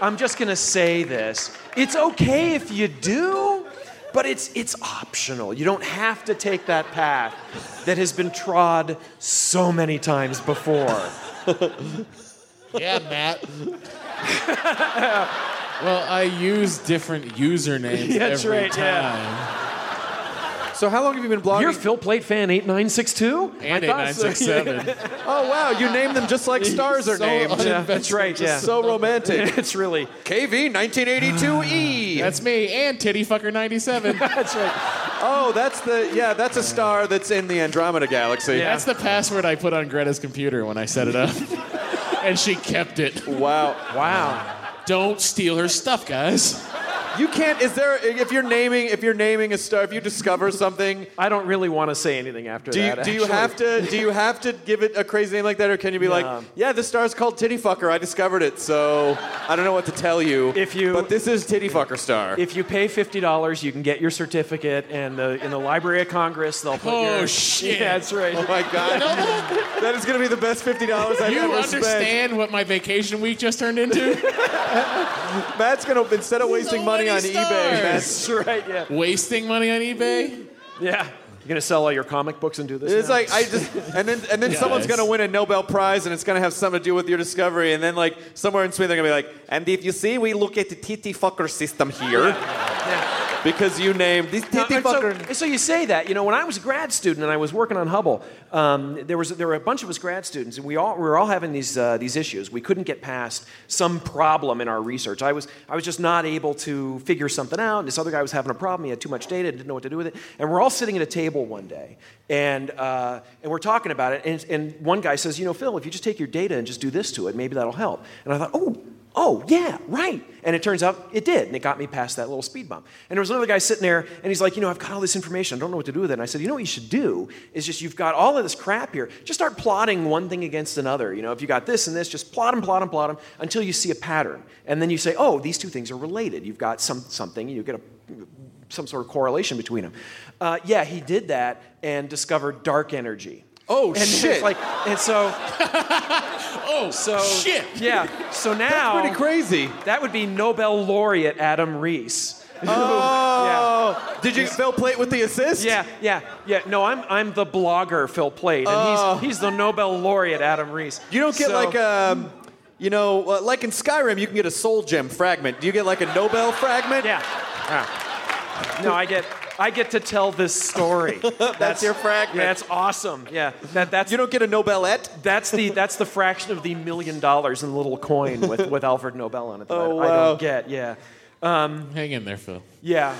I'm just gonna say this. It's okay if you do, but it's it's optional. You don't have to take that path that has been trod so many times before.
Yeah, Matt. well, I use different usernames
Yeah, that's
every
right,
time.
yeah.
So how long have you been blogging?
You're Phil Plate fan 8962?
And eight nine six seven.
oh wow, you named them just like stars are
So
named.
Yeah, that's right, yeah.
Just so romantic.
it's really
KV 1982E.
That's me and Titty Fucker ninety seven.
that's right.
oh, that's the yeah, that's a star that's in the Andromeda galaxy.
Yeah.
That's the password I put on Greta's computer when I set it up, and she kept it.
Wow.
Wow.
Don't steal her stuff, guys.
You can't is there if you're naming if you're naming a star, if you discover something,
I don't really want to say anything after
do you,
that.
do you
actually.
have to do you have to give it a crazy name like that or can you be
No.
like, yeah, this star's called Titty Fucker. I discovered it, so I don't know what to tell you.
If you-
But this is Titty Fucker star.
if you pay fifty dollars, you can get your certificate, and the, in the Library of Congress, they'll put
Oh,
your-
shit.
Yeah, that's right.
oh my god. that is going to be the best $50 I've
You
ever spent.
understand what my vacation week just turned into?
Matt's gonna instead of wasting
So
money
many
on eBay, Matt's
That's right. Yeah.
Wasting money on eBay?
Yeah. You're gonna sell all your comic books and do this.
It's
now?
like I just, and then and then
Yeah,
someone's
it's-
gonna win a Nobel Prize, and it's gonna have something to do with your discovery. And then like somewhere in Sweden, they're gonna be like, and if you see, we look at the titty fucker system here, because you named this
No,
titty
and so,
fucker.
and so you say that. You know, when I was a grad student and I was working on Hubble, um, there was there were a bunch of us grad students, and we all we were all having these uh, these issues. We couldn't get past some problem in our research. I was I was just not able to figure something out. This other guy was having a problem. He had too much data and didn't know what to do with it. And we're all sitting at a table one day, and uh, and we're talking about it. And, and one guy says, you know, Phil, if you just take your data and just do this to it, maybe that'll help. And I thought, oh. Oh, yeah, right. And it turns out it did. And it got me past that little speed bump. And there was another guy sitting there, and he's like, You know, I've got all this information. I don't know what to do with it. And I said, You know what you should do is just, you've got all of this crap here. Just start plotting one thing against another. You know, if you got this and this, just plot them, plot them, plot them until you see a pattern. And then you say, Oh, these two things are related. You've got some, something, you get a, some sort of correlation between them. Uh, yeah, he did that and discovered dark energy. Oh, and it's
shit.
Like, and so Oh, so
shit.
Yeah. So now
pretty
crazy. That would be Nobel laureate Adam Reese.
Oh, did you Phil Plate with the assist?
Yeah, yeah, yeah. No, I'm I'm the blogger Phil Plate, and
Oh.
he's he's the Nobel laureate Adam Reese.
You don't get
So-
like um, you know, uh, like in Skyrim, you can get a soul gem fragment. Do you get like a Nobel fragment?
Yeah. Ah. No, I get I get to tell this story.
that's, your fragment.
Yeah, that's awesome. Yeah, that that's
you don't get a Nobelette.
that's the that's the fraction of the million dollars in the little coin with with Alfred Nobel on it that I-
Oh,
I
wow.
don't get. Yeah. Um,
Hang in there, Phil.
Yeah,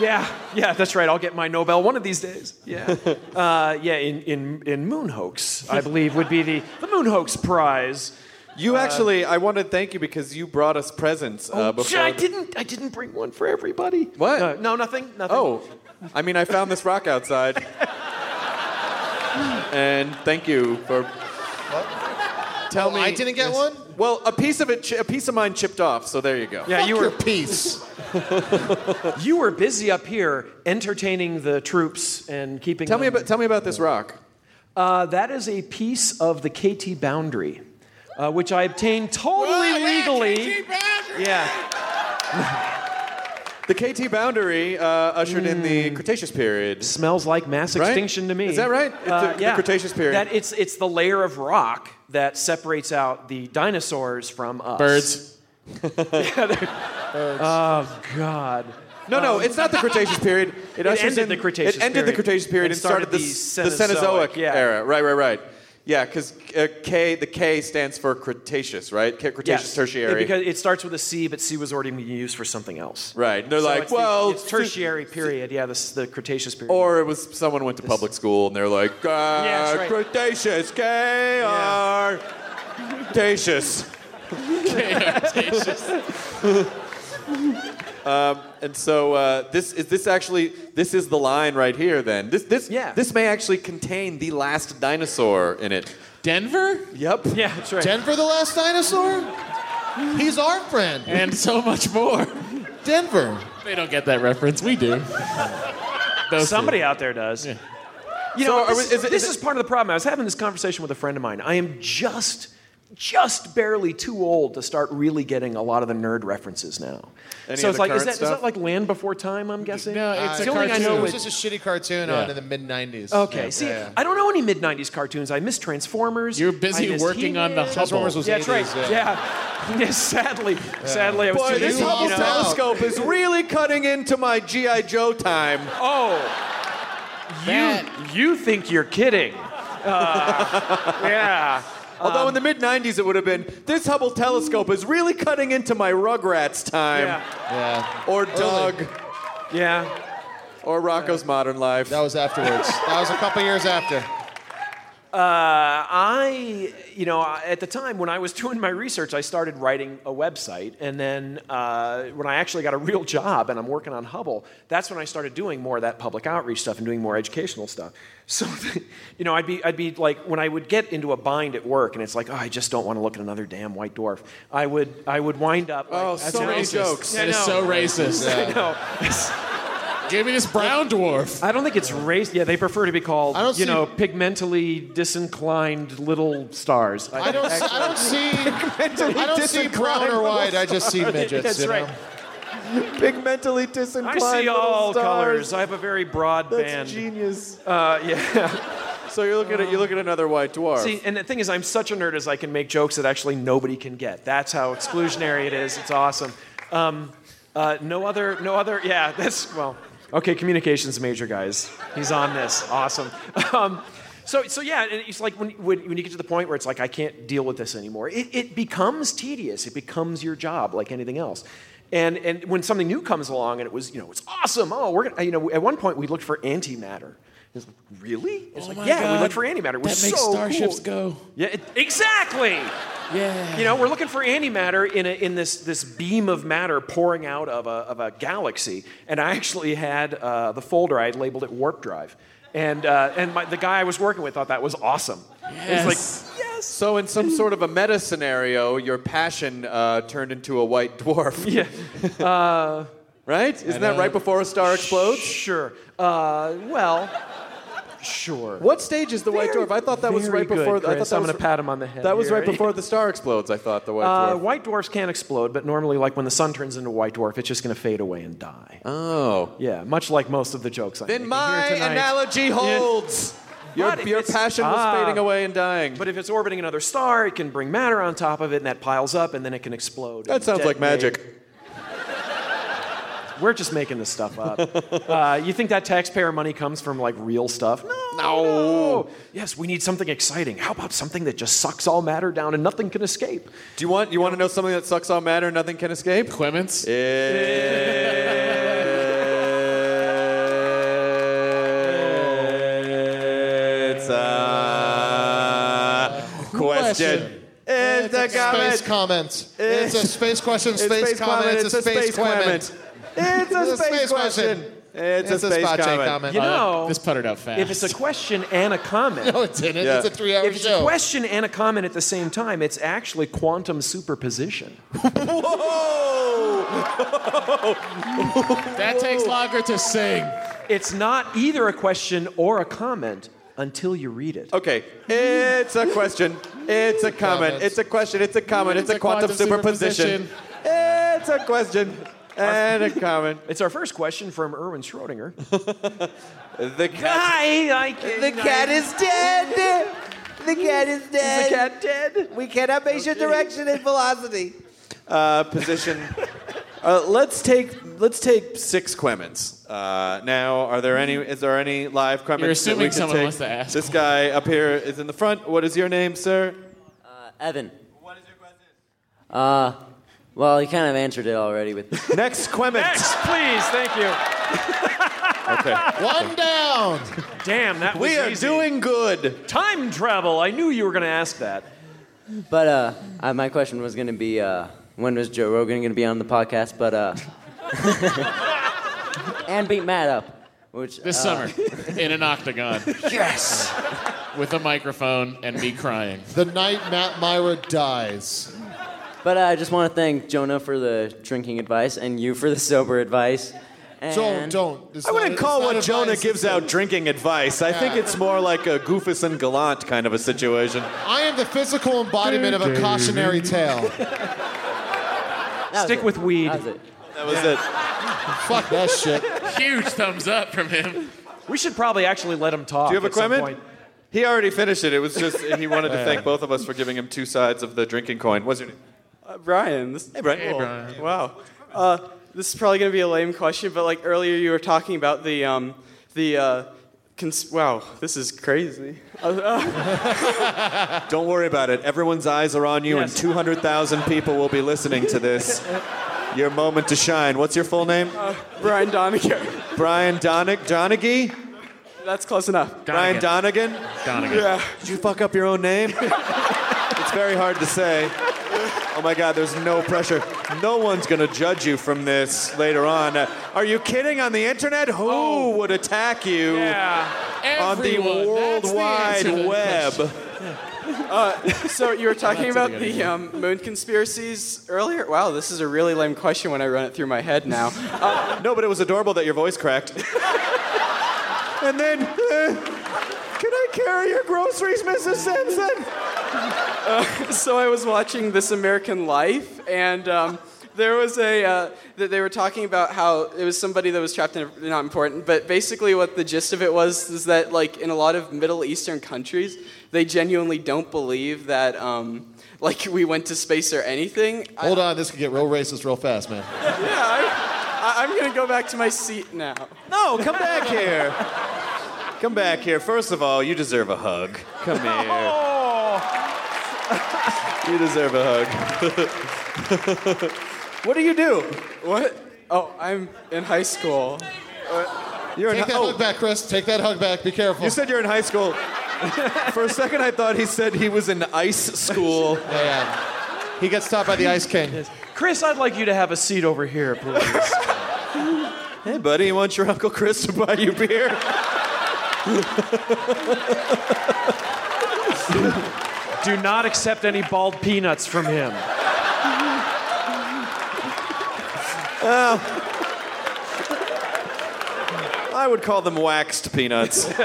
yeah, yeah. That's right. I'll get my Nobel one of these days. Yeah, uh, yeah. In in in Moon Hoax, I believe would be the the Moon Hoax Prize. Uh,
You actually, I want to thank you because you brought us presents uh,
oh,
before.
shit, I
the-
didn't. I didn't bring one for everybody.
What?
Uh, no, nothing. Nothing.
Oh, I mean, I found this rock outside. and thank you for. Tell me.
Oh, I didn't get one.
Well, a piece of it, chi- a piece of mine chipped off. So there you go.
yeah.
Fuck
You
your
were
piece.
you were busy up here entertaining the troops and keeping.
Tell me
them-
about tell me about this rock.
Uh, that is a piece of the KT boundary, uh, which I obtained totally legally. Yeah.
The KT boundary uh, ushered in the Cretaceous period.
Hmm. smells like mass
Right?
extinction to me. Uh,
Is that right? It's the- the Cretaceous period.
That it's it's the layer of rock that separates out the dinosaurs from us.
Birds.
Oh God.
No, no, it's not the Cretaceous period. It, ushers
Um, ended
in-
the Cretaceous
It ended the
period
Cretaceous period and,
and started
started, the,
the
the Cenozoic
Cenozoic, yeah.
era. Right, right, right. Yeah, because uh, K, the K stands for Cretaceous, right? K- Cretaceous
Yes.
tertiary.
It- because it starts with a C, but C was already being used for something else.
Right. And they're
So
like,
it's the-
well,
it's tertiary period. Yeah, this the Cretaceous period.
Or it was someone went to public school and they're like, uh,
Yeah, that's right.
Cretaceous, K R, Cretaceous. Um, And so uh, this is this actually this is the line right here. Then this this
Yeah.
this may actually contain the last dinosaur in it.
Denver?
Yep.
yeah, that's right.
Denver, the last dinosaur. He's our friend.
And so much more.
Denver.
They don't get that reference. We do. Those two.
Somebody out there does. You
So
know,
are
this,
we- is it-
this
is
is,
it-
part of the problem. I was having this conversation with a friend of mine. I am just, just barely too old to start really getting a lot of the nerd references now.
Any
so
of
it's
the
like, is
current
that, is
stuff?
that like Land Before Time? I'm guessing.
No, it's
Uh,
a
the only
cartoon.
thing I know is just a shitty cartoon on
Yeah.
in the mid '90s.
Okay. See, I don't know any mid '90s cartoons. I miss Transformers.
You're
I
busy
missed
working on the
He-Man.
Hubble.
Transformers was
Yeah, that's
80s,
right.
yeah.
Yeah. Yeah, sadly, sadly, I was
Boy,
too
this
young,
Hubble
you know?
telescope is really cutting into my GI Joe time.
Oh,
That-
you you think you're kidding? Uh, yeah.
Although
Um,
in the mid '90s it would have been this Hubble telescope is really cutting into my Rugrats time,
Yeah.
Yeah.
or Doug,
Yeah.
or Rocco's Modern Life.
That was afterwards. that was a couple years after.
Uh, I, you know, I- at the time when I was doing my research, I started writing a website. And then uh, when I actually got a real job and I'm working on Hubble, that's when I started doing more of that public outreach stuff and doing more educational stuff. So, you know, I'd be, I'd be like, when I would get into a bind at work and it's like, oh, I just don't want to look at another damn white dwarf, I would, I would wind up. Like,
oh,
that's
so many
racist.
jokes.
Yeah,
That is
no.
so racist.
I know. It's-
Give me this brown dwarf.
I don't think it's race. Yeah, they prefer to be called,
I
you
don't see-
know, pigmentally disinclined little stars.
I don't. See, I don't see. I don't see
disinclined.
brown or white. I just see midgets.
That's
you know?
right.
Pigmentally
I
disinclined.
see all
little stars.
colors. I have a very broad
That's
band.
genius.
Uh, yeah.
So you're looking at you're looking at another white dwarf.
See, and the thing is, I'm such a nerd as I can make jokes that actually nobody can get. That's how exclusionary it is. It's awesome. Um, uh, no other, no other. Yeah, that's well. Okay, communications major, guys. He's on this. Awesome. Um, so, so yeah, and it's like when, when, when you get to the point where it's like I can't deal with this anymore. It, it becomes tedious. It becomes your job, like anything else. And and when something new comes along, and it was you know it's awesome. Oh, we're gonna you know at one point we looked for antimatter. It's like, really?
Oh
It's like,
Oh my
yeah, we
God.
looked for antimatter. It was
That makes
so
starships
cool.
go.
Yeah, it- exactly. Yeah. You know, we're looking for antimatter in a, in this this beam of matter pouring out of a of a galaxy, and I actually had uh, the folder I had labeled it warp drive, and uh, and my, the guy I was working with thought that was awesome. It was like. yes.
So in some sort of a meta scenario, your passion uh, turned into a white dwarf. Yeah.
Uh,
right? Isn't that right before a star explodes?
Sure. Uh, well, sure.
What stage is the white dwarf? I thought that was
very
right before.
good,
I
Chris.
thought that
I'm
was
gonna pat him on the head
That was
here.
right before the star explodes. I thought the white
Uh,
dwarf.
white dwarfs can explode, but normally, like when the sun turns into a white dwarf, it's just going to fade away and die.
Oh.
Yeah, much like most of the jokes I
Then
make
my
here tonight.
analogy
Yeah.
holds. Your-
But if
your
it's-
passion was
ah.
fading away and dying.
But if it's orbiting another star, it can bring matter on top of it, and that piles up, and then it can explode.
That
and
sounds like
detonate.
magic.
We're just making this stuff up. uh, you think that taxpayer money comes from like real stuff? No, no. Yes, we need something exciting. How about something that just sucks all matter down and nothing can escape?
Do you want you want to know something that sucks all matter and nothing can escape? Eh.
Clements.
It's a question. It's a comment.
Space comments. It's a space question.
It's
Space,
space
comment.
comment.
It's a space comment.
It's
It's
a
a
space
space
question.
question.
It's a
It's a
space
spot check
comment.
comment. Uh,
You know,
Uh, this puttered out fast.
If it's a question and a comment.
No, it didn't.
Yeah.
It's a three-hour
If it's
show.
a question and a comment at the same time, it's actually quantum superposition.
That takes longer to sing.
It's not either a question or a comment until you read it.
Okay, it's a question. It's a comment.
Comments.
It's a question. It's a comment. It's a quantum superposition. It's a question and a comment.
It's our first question from Erwin Schrodinger.
The cat.
Hi, I can,
The cat is dead. The cat is dead.
the cat dead?
We cannot measure direction and velocity.
uh, position. Uh, let's take let's take six quemens. Uh, now, are there any? Is there any live quemens?
You're assuming
that we can
someone
take?
wants to ask
This guy up here is in the front. What is your name, sir?
Evan. Uh, well, you kind of answered it already with.
Next quemen.
Next, please. Thank you.
One down.
Damn, that was
We are
easy.
doing good.
Time travel. I knew you were going to ask that.
But uh, uh, my question was going to be uh, when was Joe Rogan going to be on the podcast? But uh, and beat Matt up, which
This
uh,
summer, in an octagon,
Yes.
with a microphone and me crying.
The night Matt Myra dies.
But uh, I just want to thank Jonah for the drinking advice and you for the sober advice.
Don't,
And
don't. It's
I
not-
wouldn't
it's
call
not
what
advice,
Jonah
it's
gives out drinking advice. I think
Yeah.
it's more like a Goofus and Gallant kind of a situation.
I am the physical embodiment of a cautionary tale.
Stick with weed.
That was it.
That was
Fuck that shit.
Huge thumbs up from him.
We should probably actually let him
it.
talk.
Do you have a
at some
quemen?
point.
He already finished it. It was just he wanted to thank both of us for giving him two sides of the drinking coin. What's your name?
Uh, Brian. This, hey, Brian.
Brian.
Wow. Uh, this is probably going to be a lame question, but like earlier you were talking about the um, the uh, cons- wow, this is crazy. Uh, uh,
Don't worry about it. Everyone's eyes are on you,
Yes.
and 200,000 people will be listening to this. Your moment to shine. What's your full name?
uh, Brian Doniger.
Brian Donig Donaghy?
That's close enough.
Brian Donegan?
Donegan.
Yeah.
Did you fuck up your own name? it's very hard to say. Oh my God, there's no pressure. No one's going to judge you from this later on. Uh, are you kidding? On the internet, who would attack you
Yeah.
on the
Everyone.
World
That's the
Wide
answer to the
Web?
Uh, So you were talking about the um, moon conspiracies earlier. Wow, this is a really lame question when I run it through my head now. Uh,
No, but it was adorable that your voice cracked. and then, uh, can I carry your groceries, Mrs. Simpson?
Uh, so I was watching This American Life, and um, there was a uh, that they were talking about how it was somebody that was trapped in a, not important, but basically what the gist of it was is that like in a lot of Middle Eastern countries, they genuinely don't believe that um, like we went to space or anything.
Hold on, this could get real racist real fast, man.
I, I'm gonna go back to my seat now.
No, come back here. Come back here. First of all, you deserve a hug. Come here.
Oh!
You deserve a hug. what do you do?
What? Oh, I'm in high school. Oh.
You're Take that hug back, Chris. Take that hug back. Be careful.
You said you're in high school. For a second, I thought he said he was in ice school.
He got stopped by the Ice King.
Chris, I'd like you to have a seat over here, please.
Hey, buddy, you want your Uncle Chris to buy you beer?
Do not accept any bald peanuts from him.
Oh. I would call them waxed peanuts.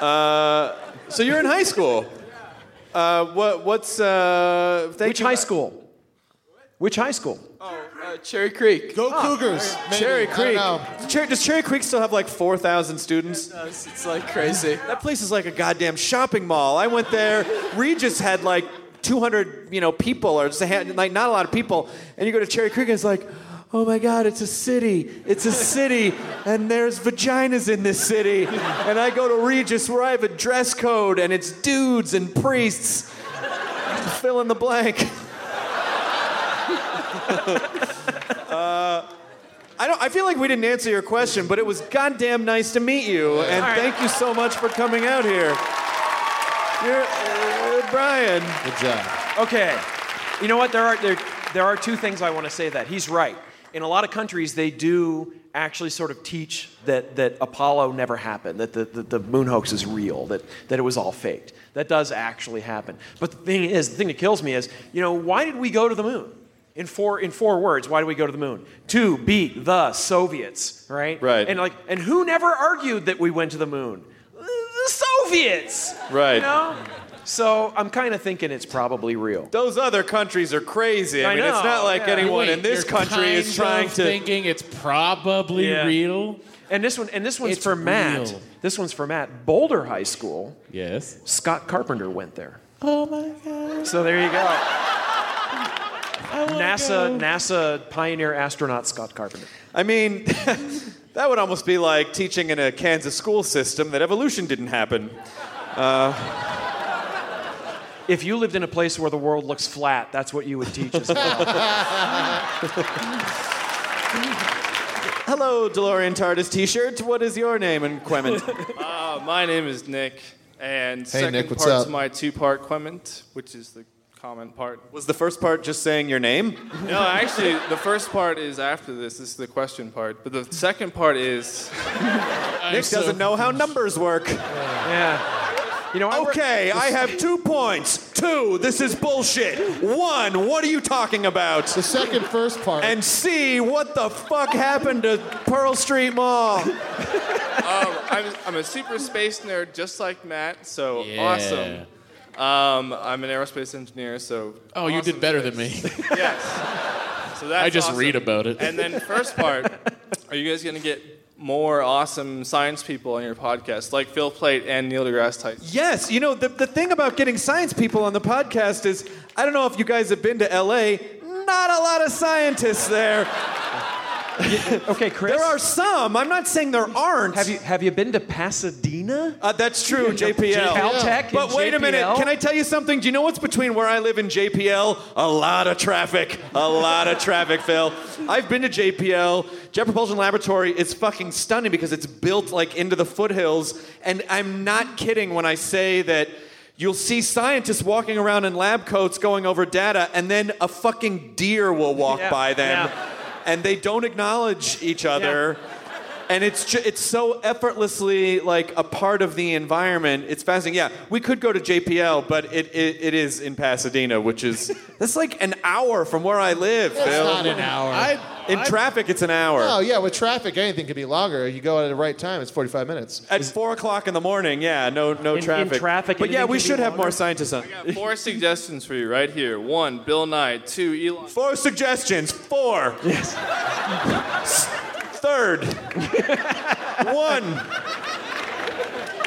uh, so you're in high school. Uh, what, what's uh, thank
Which
you-
high school? Which high school?
Uh, Cherry Creek.
Go
Cougars, maybe.
Cherry
I don't
Creek.
know.
Cher- does Cherry Creek still have like 4,000 students? It
does. It's like crazy.
That place is like a goddamn shopping mall. I went there. Regis had like 200, you know, people or just a hand, like not a lot of people. And you go to Cherry Creek and it's like, oh my God, it's a city. It's a city. And there's vaginas in this city. And I go to Regis where I have a dress code and it's dudes and priests. Fill in the blank. Uh, I don't. I feel like we didn't answer your question, but it was goddamn nice to meet you, and
All right.
thank you so much for coming out here. You're uh, Brian.
Good job.
Okay. You know what? There are there, there are two things I want to say that he's right. In a lot of countries, they do actually sort of teach that that Apollo never happened, that the, the, the moon hoax is real, that that it was all faked. That does actually happen. But the thing is, the thing that kills me is, you know, why did we go to the moon? In four in four words, why did we go to the moon? To beat the Soviets, right?
Right.
And like, and who never argued that we went to the moon? The Soviets.
Right.
You know? So I'm kind of thinking it's probably real.
Those other countries are crazy. I,
I
mean, it's
know,
not like
yeah.
anyone
Wait,
in this
you're
country is
kind
trying
of
to.
thinking
it's probably real.
And this one, and this one's
It's
for Matt.
real.
This one's for Matt. Boulder High School.
Yes.
Scott Carpenter went there.
Oh my god.
So there you go. NASA, NASA pioneer astronaut Scott Carpenter.
I mean, that would almost be like teaching in a Kansas school system that evolution didn't happen. Uh,
If you lived in a place where the world looks flat, that's what you would teach as well.
Hello, DeLorean TARDIS T-shirt. What is your name and Quement?
Uh, my name is Nick, and
Hey,
second
Nick, what's
part's
up?
my two-part quement, which is the comment part.
Was the first part just saying your name?
No, actually, the first part is after this. This is the question part, but the second part is.
Nick doesn't know how numbers work.
Yeah. You know.
okay, I have two points. Two, this is bullshit. One, what are you talking about? The
second first part.
And C, what the fuck happened to Pearl Street Mall?
um, I'm, I'm a super space nerd, just like Matt. So
Yeah.
awesome. Um, I'm an aerospace engineer, so
Oh, you did better than me.
yes. So that's
I just
awesome.
read about it.
And then first part, are you guys gonna get more awesome science people on your podcast, like Phil Plate and Neil deGrasse Tyson?
Yes, you know, the, the thing about getting science people on the podcast is I don't know if you guys have been to LA, not a lot of scientists there.
okay, Chris.
There are some. I'm not saying there aren't. Have
you have you been to Pasadena?
Uh, that's true,
You've been to
JPL.
Caltech and
But wait a minute.
JPL?
Can I tell you something? Do you know what's between where I live and JPL? A lot of traffic. A lot of traffic, Phil. I've been to JPL. Jet Propulsion Laboratory is fucking stunning because it's built like into the foothills. And I'm not kidding when I say that. You'll see scientists walking around in lab coats going over data, and then a fucking deer will walk
Yeah,
by them,
yeah.
and they don't acknowledge each other. and it's ju- it's so effortlessly like a part of the environment. It's fascinating. Yeah, we could go to JPL, but it it, it is in Pasadena, which is that's like an hour from where I live.
It's
Phil.
not an hour. I-
in traffic, it's an hour.
Oh yeah, with traffic, anything could be longer. You go at the right time; it's forty-five minutes.
At four o'clock in the morning, yeah, no, no traffic. but yeah, we should have more scientists on.
I got four suggestions for you right here. One, Bill Nye. Two, Elon.
Four suggestions. Four. Yes. Third. One.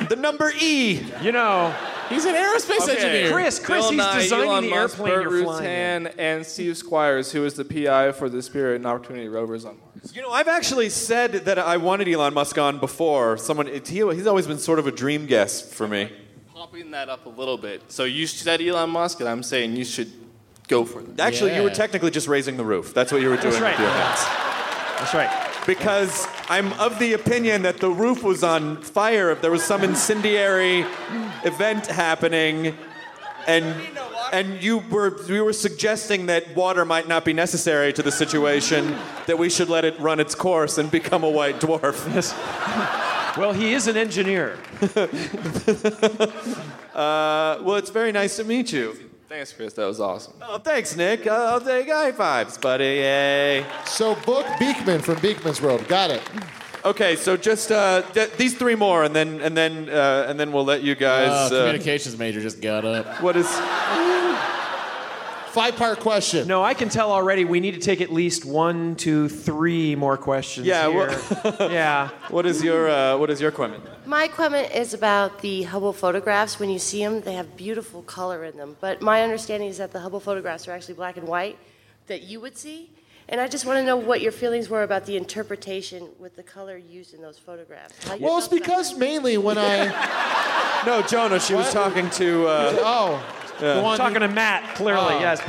The number E.
You know.
He's an aerospace engineer.
Chris, Chris,
Bill
he's
Nye,
designing
Elon
the
Musk,
airplane
Burt
you're flying in.
Rutan, and Steve Squires, who is the PI for the Spirit and Opportunity rovers on Mars.
You know, I've actually said that I wanted Elon Musk on before. Someone, it, he, he's always been sort of a dream guest for me.
Popping that up a little bit. So you said Elon Musk, and I'm saying you should go for that.
Actually, you were technically just raising the roof. That's what you were doing.
That's
With
right.
your hands. That's right. Because I'm of the opinion that the roof was on fire. If there was some incendiary event happening, and and you were you were suggesting that water might not be necessary to the situation, that we should let it run its course and become a white dwarf.
Well, he is an engineer.
uh, well, it's very nice to meet you.
Thanks, Chris. That was awesome.
Oh, thanks, Nick. I'll take high fives, buddy. Yay.
So book Beekman from Beekman's World. Got it.
Okay, so just uh, th- these three more, and then and then uh, and then we'll let you guys.
Oh,
uh,
communications major just got up.
What is?
Five part question.
No, I can tell already we need to take at least one, two, three more questions.
Yeah,
here.
what-
yeah.
What is your uh, what is your comment?
My comment is about the Hubble photographs. When you see them, they have beautiful color in them. But my understanding is that the Hubble photographs are actually black and white that you would see. And I just want to know what your feelings were about the interpretation with the color used in those photographs. How you
Well, it's because mainly when I
No, Jonah. She was talking to. Uh,
oh,
yeah.
Talking to Matt, clearly,
Oh.
yes.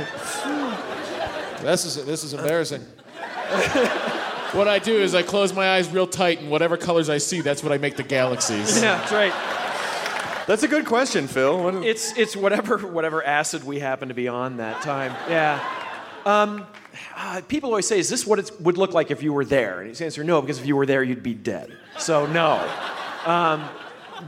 this is this is embarrassing.
What I do is I close my eyes real tight, and whatever colors I see, that's what I make the galaxies.
Yeah, that's right.
That's a good question, Phil.
It's it's whatever whatever acid we happen to be on that time. Yeah. Um, ah, people always say, "Is this what it would look like if you were there?" And it's answer, "No," because if you were there, you'd be dead. So no. Um,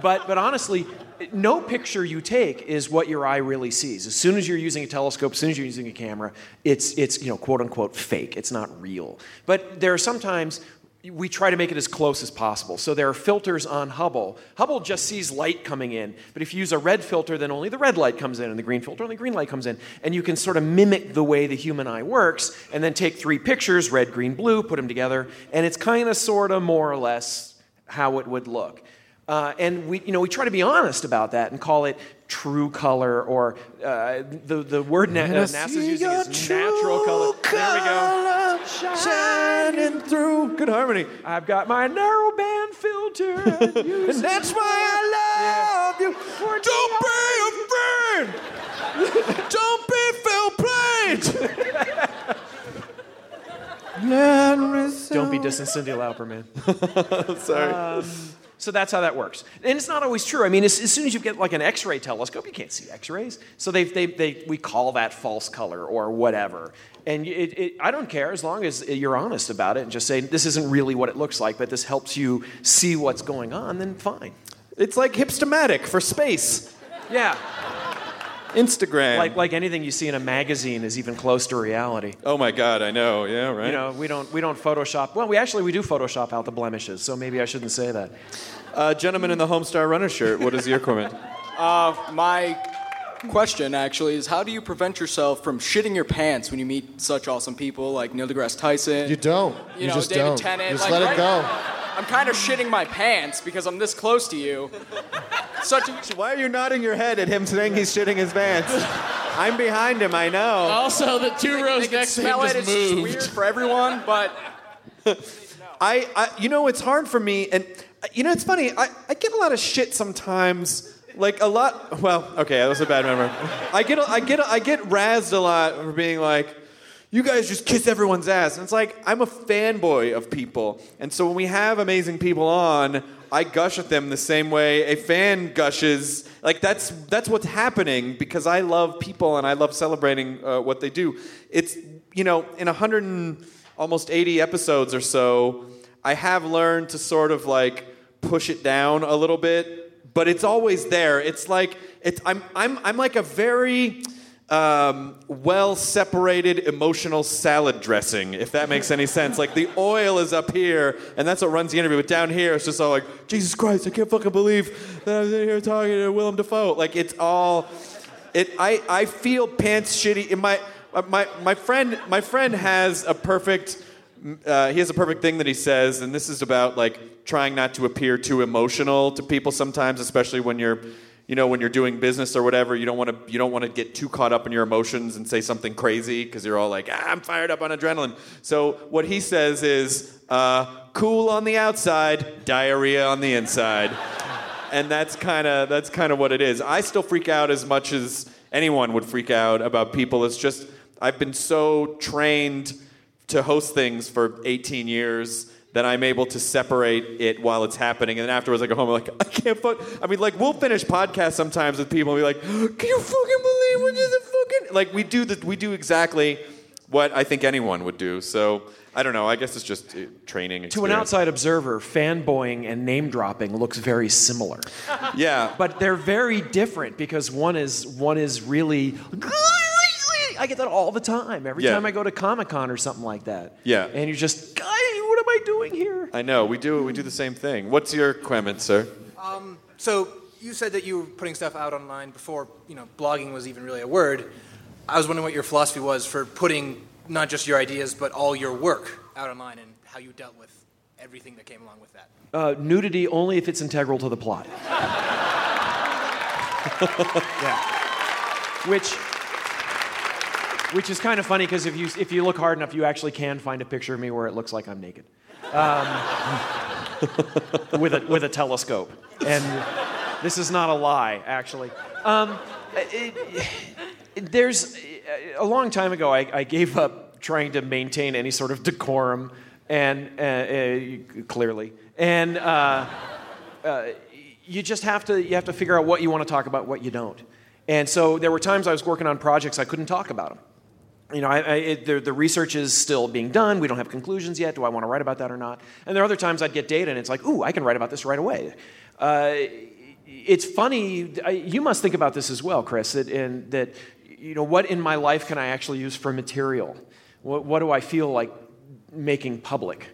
but but honestly. No picture you take is what your eye really sees. As soon as you're using a telescope, as soon as you're using a camera, it's it's you know quote unquote fake. It's not real. But there are sometimes we try to make it as close as possible. So there are filters on Hubble. Hubble just sees light coming in, but if you use a red filter, then only the red light comes in, and the green filter, only green light comes in. And you can sort of mimic the way the human eye works, and then take three pictures red, green, blue, put them together, and it's kind of, sort of, more or less how it would look. Uh, and we, you know, we try to be honest about that and call it true color or uh, the, the word na- uh,
Wanna
NASA's
see
using
your
is natural color. There we go. Shining
through. Good harmony.
I've got my narrowband filter. and
that's why I love you.
Don't
be afraid. Don't be Phil Plate.
Don't be dissing Cindy Lauper, man. Um,
Sorry.
so that's how that works. And it's not always true. I mean, as, as soon as you get like an X ray telescope, you can't see X rays. So they, they, they, we call that false color or whatever. And it, it, I don't care as long as you're honest about it and just say, this isn't really what it looks like, but this helps you see what's going on, then fine.
It's like hipstomatic for space.
Yeah.
Instagram.
Like, like anything you see in a magazine is even close to reality.
Oh my God, I know. Yeah, right.
You know, we don't we don't Photoshop. Well, we actually we do Photoshop out the blemishes, so maybe I shouldn't say that.
Uh, gentleman in the Homestar Runner shirt. What is your comment?
Uh, my question actually is how do you prevent yourself from shitting your pants when you meet such awesome people like Neil deGrasse Tyson?
You don't.
You
You,
know,
just
David
don't.
Tennant,
You just
like,
let
right-
it go.
I'm kind of shitting my pants because I'm this close to you. Such a,
Why are you nodding your head at him saying he's shitting his pants? I'm behind him, I know. Also,
Oh. the two rows next to him
smell it,
just
it's
moved.
just weird for everyone, but
I, I, you know, it's hard for me, and uh, you know, it's funny. I, I get a lot of shit sometimes. Like a lot. Well, okay, that was a bad memory. I get, a, I get, a, I get razzed a lot for being like, you guys just kiss everyone's ass, and it's like I'm a fanboy of people, and so when we have amazing people on, I gush at them the same way a fan gushes. Like that's that's what's happening because I love people and I love celebrating uh, what they do. It's you know, in a hundred and almost 80 episodes or so, I have learned to sort of like push it down a little bit, but it's always there. It's like it's I'm I'm I'm like a very um, well separated emotional salad dressing, if that makes any sense. Like the oil is up here, and that's what runs the interview. But down here, it's just all like Jesus Christ, I can't fucking believe that I'm sitting here talking to Willem Dafoe. Like it's all it I, I feel pants shitty in my uh, my my friend my friend has a perfect uh, he has a perfect thing that he says and this is about like trying not to appear too emotional to people sometimes especially when you're you know when you're doing business or whatever you don't want to you don't want to get too caught up in your emotions and say something crazy because you're all like ah, i'm fired up on adrenaline so what he says is uh, cool on the outside diarrhea on the inside and that's kind of that's kind of what it is. I still freak out as much as anyone would freak out about people. It's just I've been so trained to host things for 18 years that I'm able to separate it while it's happening, and then afterwards I go home I'm like I can't fuck. I mean, like we'll finish podcasts sometimes with people and be like, can you fucking believe we're just a fucking like we do the we do exactly what I think anyone would do. So I don't know. I guess it's just uh, training. Experience.
To an outside observer, fanboying and name dropping looks very similar.
yeah,
but they're very different because one is one is really. I get that all the time. Every
Yeah.
time I go to Comic Con or something like that.
Yeah.
And you're just, God, what am I doing here?
I know we do we do the same thing. What's your comment, sir?
Um, so you said that you were putting stuff out online before you know blogging was even really a word. I was wondering what your philosophy was for putting not just your ideas but all your work out online and how you dealt with everything that came along with that.
Uh, nudity only if it's integral to the plot. Which, which is kind of funny because if you if you look hard enough, you actually can find a picture of me where it looks like I'm naked, um, with a with a telescope. And this is not a lie, actually. Um, it- it- there's a long time ago, I, I gave up trying to maintain any sort of decorum, and uh, uh, clearly, and. Uh, uh, you just have to you have to figure out what you want to talk about, what you don't. And so there were times I was working on projects I couldn't talk about them. You know, I, I, it, the, the research is still being done. We don't have conclusions yet. Do I want to write about that or not? And there are other times I'd get data, and it's like, ooh, I can write about this right away. Uh, it's funny. I, you must think about this as well, Chris. That, and that, you know, what in my life can I actually use for material? What, what do I feel like making public?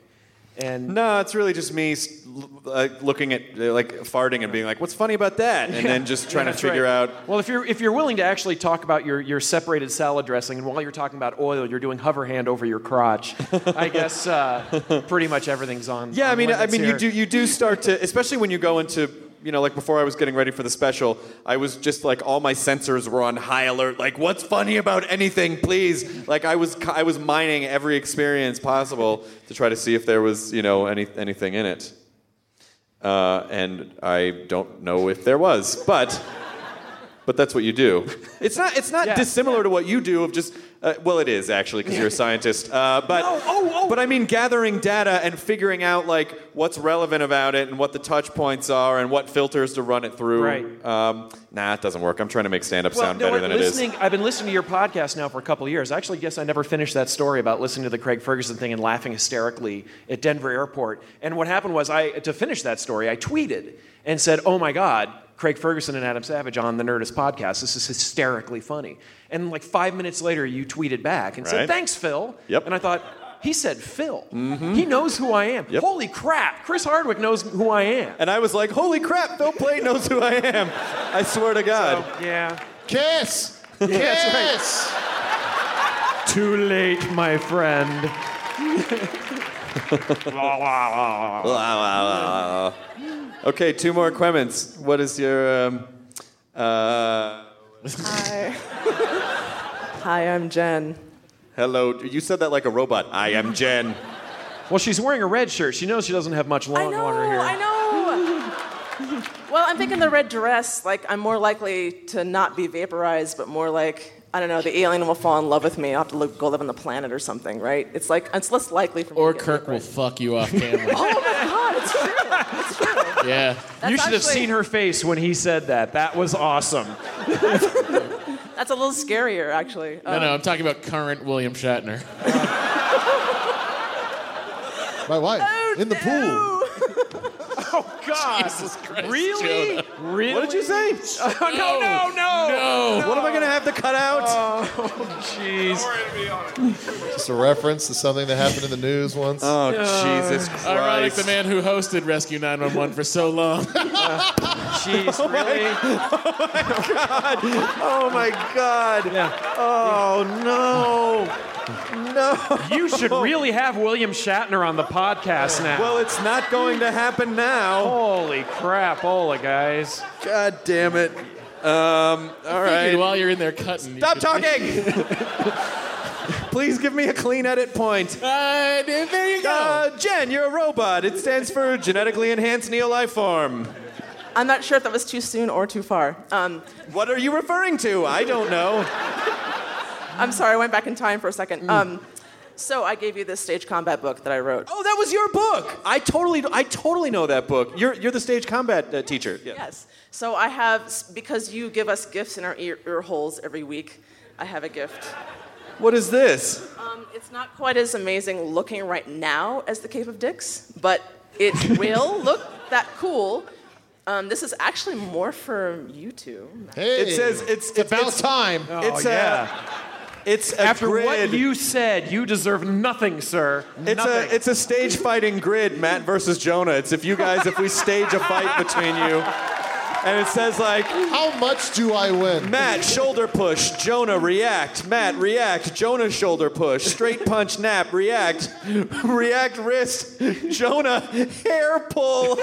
And
no, it's really just me s- l- uh, looking at uh, like farting and being like, "What's funny about that?" and
Yeah.
then just trying
Yeah,
to
that's
figure
right.
out.
Well, if you're if you're willing to actually talk about your your separated salad dressing, and while you're talking about oil, you're doing hover hand over your crotch. I guess uh, pretty much everything's on.
Yeah, I
on
mean, I
limits
mean, you
here.
do you do start to, especially when you go into, you know, like before I was getting ready for the special, I was just like all my sensors were on high alert. Like, what's funny about anything, please? Like, I was I was mining every experience possible to try to see if there was, you know, any anything in it. Uh, and I don't know if there was, but but that's what you do. It's not it's not dissimilar to what you do of just uh, well it is actually because you're a scientist. Uh, but
oh,
oh,
but I mean gathering data and figuring out like what's relevant about it and what the touch points are and what filters to run it through.
Right.
Um, nah, it doesn't work. I'm trying to make stand up
Well,
sound
no,
better
I'm
than
listening, I've been listening to your podcast now for a couple of years. I actually guess I never finished that story about listening to the Craig Ferguson thing and laughing hysterically at Denver Airport. And what happened was, I to finish that story, I tweeted and said, "Oh my God." Craig Ferguson and Adam Savage on the Nerdist podcast. This is hysterically funny. And like five minutes later, you tweeted back and
Right.
said, Thanks, Phil.
Yep. Mm-hmm.
And I thought, He said Phil. He knows who I am. Holy crap, Chris Hardwick knows who I am.
And I was like, Holy crap, Phil Plate knows who I am. I swear to God.
yeah.
Kiss!
Yeah,
Kiss!
that's right. Too late, my friend.
it is. Wow, wow, wow. Okay, two more comments. What is your um, uh,
Hi, I'm Jen.
hello? You said that like a robot. I am Jen.
Well, she's wearing a red shirt. She knows she doesn't have much long longer hair.
I
Oh.
know. well, I'm thinking the red dress. Like, I'm more likely to not be vaporized, but more like I don't know. The alien will fall in love with me. I'll have to look, go live on the planet or something, right? It's like it's less likely for me.
Or
to get
Kirk will fuck you off camera.
Oh my God, it's true. It's true.
yeah.
you should have
actually-
seen her face when he said that. That was awesome.
That's a little scarier, actually.
No, no, I'm talking about current William Shatner.
My wife.
Oh
in the pool.
Oh God!
Jesus Christ,
really?
Jonah.
Really?
What did you say?
Oh, no, no, no, no,
What am I going to have to cut out?
Oh, jeez.
Just a reference to something that happened in the news once.
Oh,
Jesus
Uh, Ironic, the man who hosted Rescue 911 for so long.
Jeez, really? oh my god! Oh my god! Oh no! No!
You should really have William Shatner on the podcast now.
Well, it's not going to happen now.
Holy crap, hola guys.
God damn it. Um, all right.
figured
while you're in there cutting.
Stop talking! Please give me a clean edit point.
Uh, there you
go. Jen, you're a robot. It stands for genetically enhanced neolife form.
I'm not sure if that was too soon or too far. Um,
What are you referring to? I don't know. Mm.
I'm sorry, I went back in time for a second. Um, so I gave you this stage combat book that I wrote.
Oh, that was your book. I totally, I totally know that book. You're, you're the stage combat uh, teacher. Yeah.
Yes. So I have, because you give us gifts in our ear, ear holes every week, I have a gift.
What is this?
Um, it's not quite as amazing looking right now as the Cape of Dicks, but it will look that cool. Um, this is actually more for you two.
It says it's, it's about time. It's
Oh,
a,
yeah.
It's a
After
grid.
what you said, you deserve nothing, sir.
It's
nothing.
a it's a stage fighting grid, Matt versus Jonah. It's if you guys if we stage a fight between you. And it says like How much do I win? Matt, shoulder push, Jonah react, Matt react, Jonah shoulder push, straight punch nap, react, react wrist, Jonah hair pull.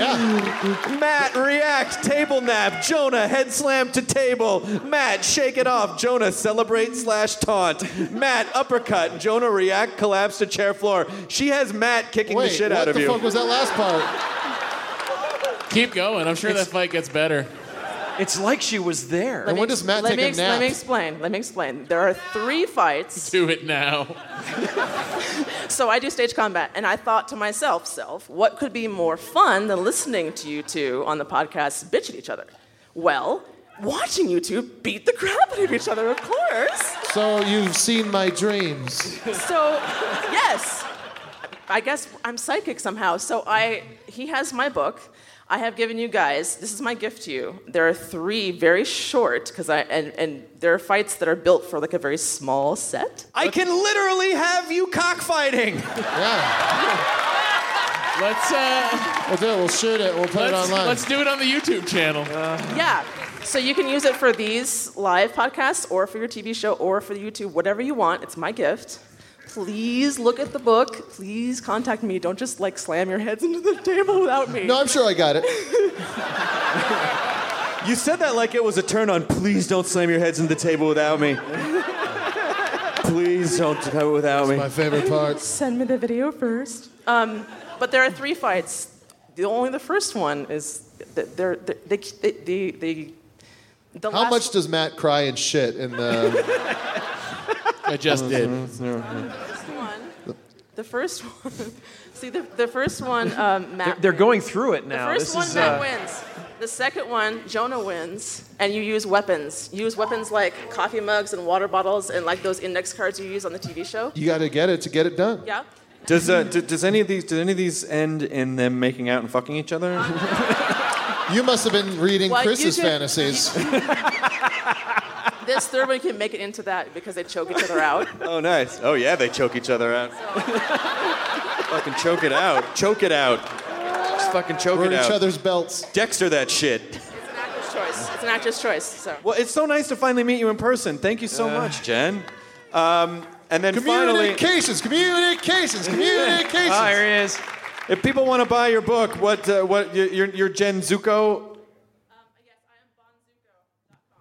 Matt react, table nap, Jonah head slam to table, Matt shake it off, Jonah celebrate slash taunt, Matt uppercut, Jonah react collapse to chair floor. She has Matt kicking
Wait,
the shit
what
out of
the
you.
fuck was that last part?
Keep going. I'm sure that fight gets better.
It's like she was there.
Let me ex- let me ex- Let me explain. Let me explain. There are three fights.
Do it now.
So I do stage combat, and I thought to myself, self, what could be more fun than listening to you two on the podcast bitch at each other? Well, watching you two beat the crap out of each other, of course.
So you've seen my dreams.
So, yes, I guess I'm psychic somehow. So I, he has my book. I have given you guys. This is my gift to you. There are three very short because I and, and there are fights that are built for like a very small set.
I can literally have you cockfighting.
Let's uh
We'll do it, we'll shoot it, we'll put it
let's,
online.
let's do it on the YouTube channel.
Uh,
Yeah. So you can use it for these live podcasts or for your TV show or for YouTube, whatever you want. It's my gift. Please look at the book. Please contact me. Don't just like slam your heads into the table without me.
No, I'm sure I got it.
You said that like it was a turn on. Please don't slam your heads into the table without me. Please don't do it without me. my
favorite
Send me the video first. Um, but there are three fights. The only the first one is that they're, they they they they. they the
How
last
much uh, does Matt cry and shit in the?
I just
Mm-hmm.
did.
The first one. See the, the first one. Um, Matt.
They're, they're going through it
The
now.
first
this
one
is,
Matt
uh,
wins. The second one Jonah wins, and you use weapons. You use weapons like coffee mugs and water bottles and like those index cards you use on the TV show.
You got to get it to get it done.
Yeah.
Does uh, d- does any of these do any of these end in them making out and fucking each other?
you must have been reading
Well, you
Chris's
did-
fantasies.
This third one can make it into that because they choke each other out.
oh, nice. Oh yeah, they choke each other out. fucking choke it out. Choke it out. Just fucking choke
We're
it
in
out.
each other's belts.
Dexter that shit.
It's choice. It's an actor's choice. So.
Well, it's so nice to finally meet you in person. Thank you so
Uh.
much, Jen. Um, and then finally,
Communications, communications, communications.
Ah, here he is. If people want to buy your book, what uh, what y- your your Jen
Um,
Zuko?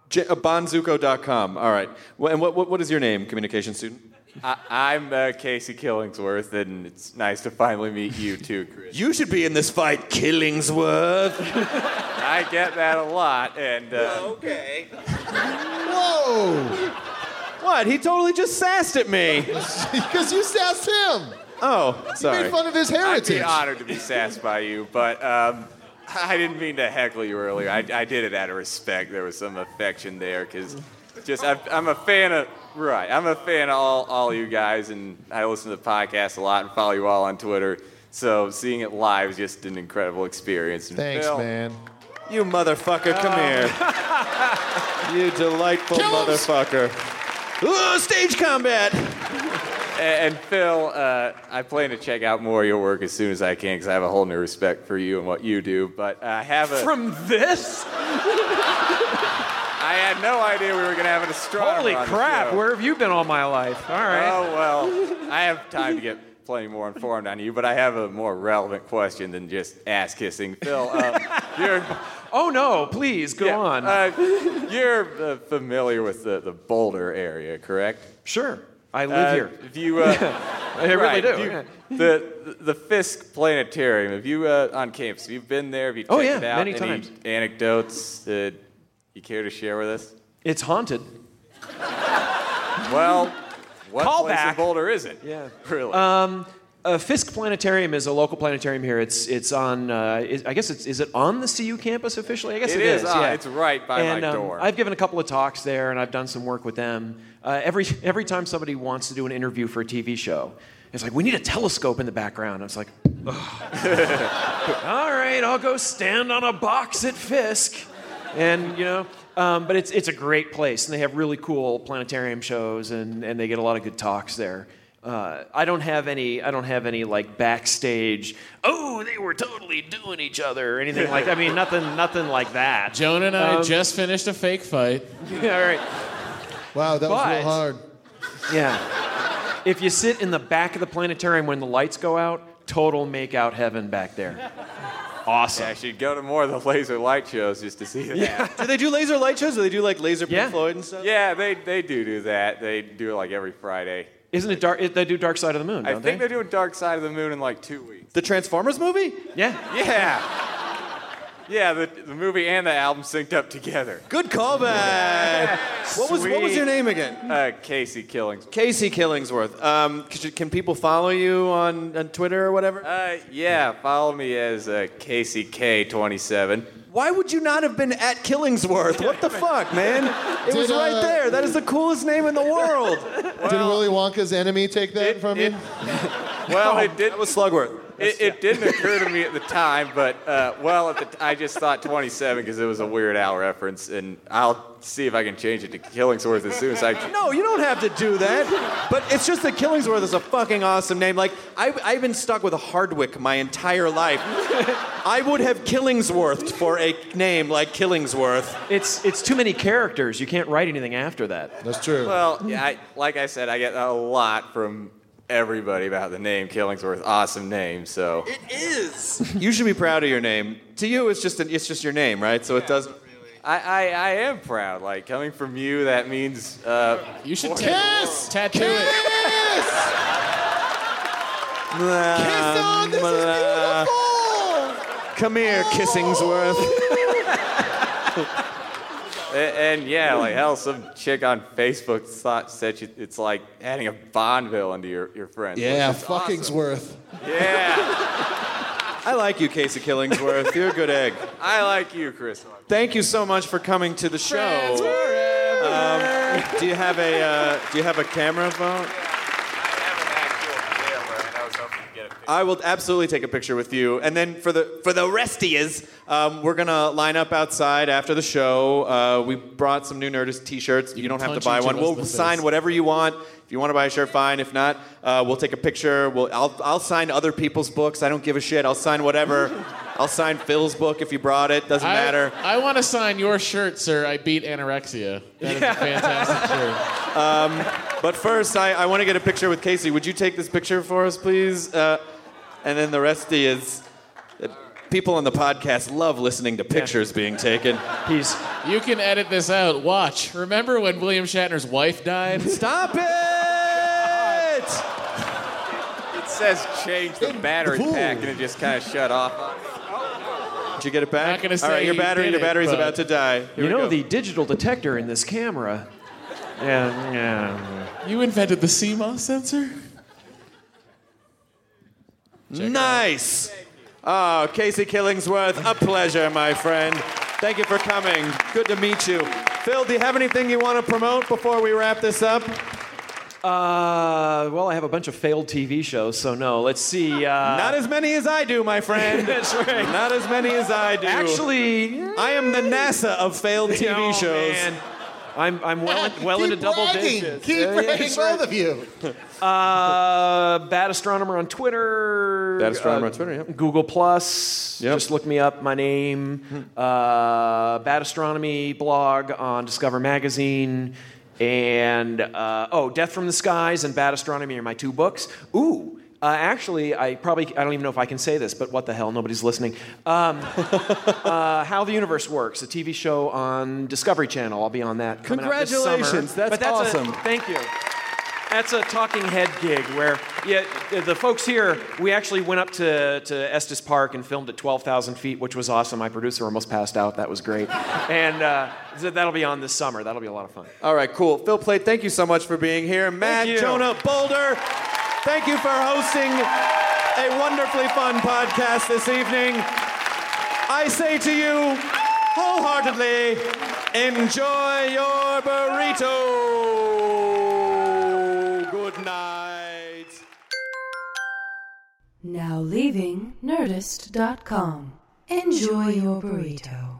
Jen- uh, Bonzuko.com. All right. Wh- And what, what, what is your name, communication student?
I, I'm uh, Casey Killingsworth, and it's nice to finally meet you too, Chris.
You should be in this fight, Killingsworth.
I get that a lot, and uh,
okay. Whoa! What? He totally just sassed at me.
Because you sassed him.
Oh,
You made fun of his heritage.
I'd be honored to be sassed by you, but um, I didn't mean to heckle you earlier. I, I did it out of respect. There was some affection there because Just I, I'm a fan of right. I'm a fan of all all you guys, and I listen to the podcast a lot and follow you all on Twitter. So seeing it live is just an incredible experience. And
Thanks,
Phil,
man.
You motherfucker, come here. you delightful motherfucker. Ooh, stage combat.
And, and Phil, uh, I plan to check out more of your work as soon as I can because I have a whole new respect for you and what you do. But I have a
From this?
I had no idea we were going to have an astronomer.
Holy
on the
crap,
show.
where have you been all my life? All right.
Oh well, I have time to get plenty more informed on you, but I have a more relevant question than just ass kissing, Phil. Um, you're.
Oh no! Please go on.
Uh, you're uh, familiar with the, the Boulder area, correct?
Sure, I
live
here.
If you, uh,
I really
right,
do,
if you- The the Fisk Planetarium. Have you uh, on campus? Have you been there? Have you checked
Oh, yeah,
it out?
many
Any
times.
Anecdotes that you care to share with us?
It's haunted.
Well, what
Call
place in
back.
Boulder is it?
Yeah.
Really?
Um, uh, Fisk Planetarium is a local planetarium here. It's it's on. Uh, is, I guess it's is it on the CU campus officially? I guess
It
it
is,
is.
ah,
yeah.
it's right by my
and, um,
door.
I've given a couple of talks there, and I've done some work with them. Uh, every every time somebody wants to do an interview for a TV show, it's like we need a telescope in the background. I was like, all right, I'll go stand on a box at Fisk. And, you know, um, but it's, it's a great place, and they have really cool planetarium shows, and, and they get a lot of good talks there. Uh, I don't have any. I don't have any like backstage. Oh, they were totally doing each other or anything like. I mean, nothing. Nothing like that.
Jonah and I
Um,
just finished a fake fight.
Yeah, all right.
Wow, that was
But-
real hard.
Yeah. If you sit in the back of the planetarium when the lights go out, total make out heaven back there. Awesome.
Yeah, I should go to more of the laser light shows just to see that.
Do they do laser light shows? Do they do like laser Pink Floyd and stuff?
Yeah, they, they do do that. They do it like every Friday.
Isn't it dark? They do Dark Side of the Moon,
I
don't
think
they?
are doing Dark Side of the Moon in like two weeks.
The Transformers movie?
Yeah.
Yeah. Yeah, the, the movie and the album synced up together.
Good callback. what was what was your name again?
Uh, Casey Killings.
Casey Killingsworth. Um, c- can people follow you on, on Twitter or whatever?
Uh, yeah, follow me as uh, KCK27.
Why would you not have been at Killingsworth? What the fuck, man? It was
Did, uh,
right there. That is the coolest name in the world.
Did Willy Wonka's enemy take that from you?
Well, it did. That
Oh, was Slugworth.
It, it didn't occur to me at the time, but uh, well, at the t- I just thought 27 because it was a Weird Al reference, and I'll see if I can change it to Killingsworth as soon as I can.
No, you don't have to do that. But it's just that Killingsworth is a fucking awesome name. Like, I've, I've been stuck with a Hardwick my entire life. I would have Killingsworth for a name like Killingsworth.
It's it's too many characters. You can't write anything after that.
That's true.
Well, yeah, I, like I said, I get a lot from everybody about the name Killingsworth. Awesome name, so.
You should be proud of your name. To you, it's just an, it's just your name, right? So it doesn't.
I, I, I am proud. Like, coming from you, that means. Uh,
you should
kiss!
Tattoo
Kiss on, this is beautiful. Oh. Come here, Kissingsworth.
And, and yeah, like hell, some chick on Facebook thought said you, it's like adding a Bond villain to your, your friends.
Yeah,
which is
fucking's worth.
I like you, Casey Killingsworth. You're a good egg.
awesome. I like you, Chris.
Thank you so much for coming to the show. Um, do you have a uh, Do you have a camera phone? I will absolutely take a picture with you, and then for the for the resties, um, we're gonna line up outside after the show. Uh, we brought some new Nerdist T-shirts. You, don't have to
punch
buy
each
one.
of us in
We'll
the face.
sign whatever you want. If you want to buy a shirt, fine. If not, uh, we'll take a picture. We'll I'll I'll sign other people's books. I don't give a shit. I'll sign whatever. I'll sign Phil's book if you brought it. Doesn't matter.
I, I want to sign your shirt, sir. I beat anorexia. That is a fantastic shirt.
Um, but first, I, I want to get a picture with Casey. Would you take this picture for us, please? Uh, and then the rest is uh, people on the podcast love listening to pictures being taken.
He's
You can edit this out. Watch. Remember when William Shatner's wife died?
Stop it!
It says change the battery
pool.
pack, and it just kind of shut off.
Did you get it back?
Not gonna
All right,
say
your
you
battery,
did
your
it,
battery's
but-
about to die. Here
you
we
know
go.
the digital detector in this camera. Yeah, yeah.
You invented the CMOS sensor?
nice. Oh, Casey Killingsworth, a pleasure, my friend. Thank you for coming. Good to meet you. Phil, do you have anything you want to promote before we wrap this up?
Uh, well, I have a bunch of failed TV shows, so no. Let's see. Uh,
Not as many as I do, my friend. That's right. Not as many as I do.
Actually,
I am the NASA of failed TV
Oh,
shows.
man. I'm I'm well well
Keep
into double
bragging.
digits.
Keep bragging, both
of you. Uh, Bad astronomer on Twitter.
Bad Astronomer
Uh,
on Twitter, yep.
Google Plus. Just look me up. My name.
Hmm.
Uh, Bad astronomy blog on Discover Magazine. And uh, oh, Death from the Skies and Bad Astronomy are my two books. Ooh, uh, actually, I probably I don't even know if I can say this, but what the hell, nobody's listening. Um, uh, How the Universe Works, a TV show on Discovery Channel. I'll be on that. coming out this summer.
Congratulations, that's
But that's a-
awesome.
thank you. That's a talking head gig where yeah, the folks here, we actually went up to, to Estes Park and filmed at 12,000 feet, which was awesome. My producer almost passed out. That was great. and uh, so that'll be on this summer. That'll be a lot of fun.
All right, cool. Phil Plate, thank you so much for being here. Matt,
you.
Jonah, Boulder, thank you for hosting a wonderfully fun podcast this evening. I say to you wholeheartedly, enjoy your burrito. Good night.
Now leaving Nerdist.com. Enjoy your burrito.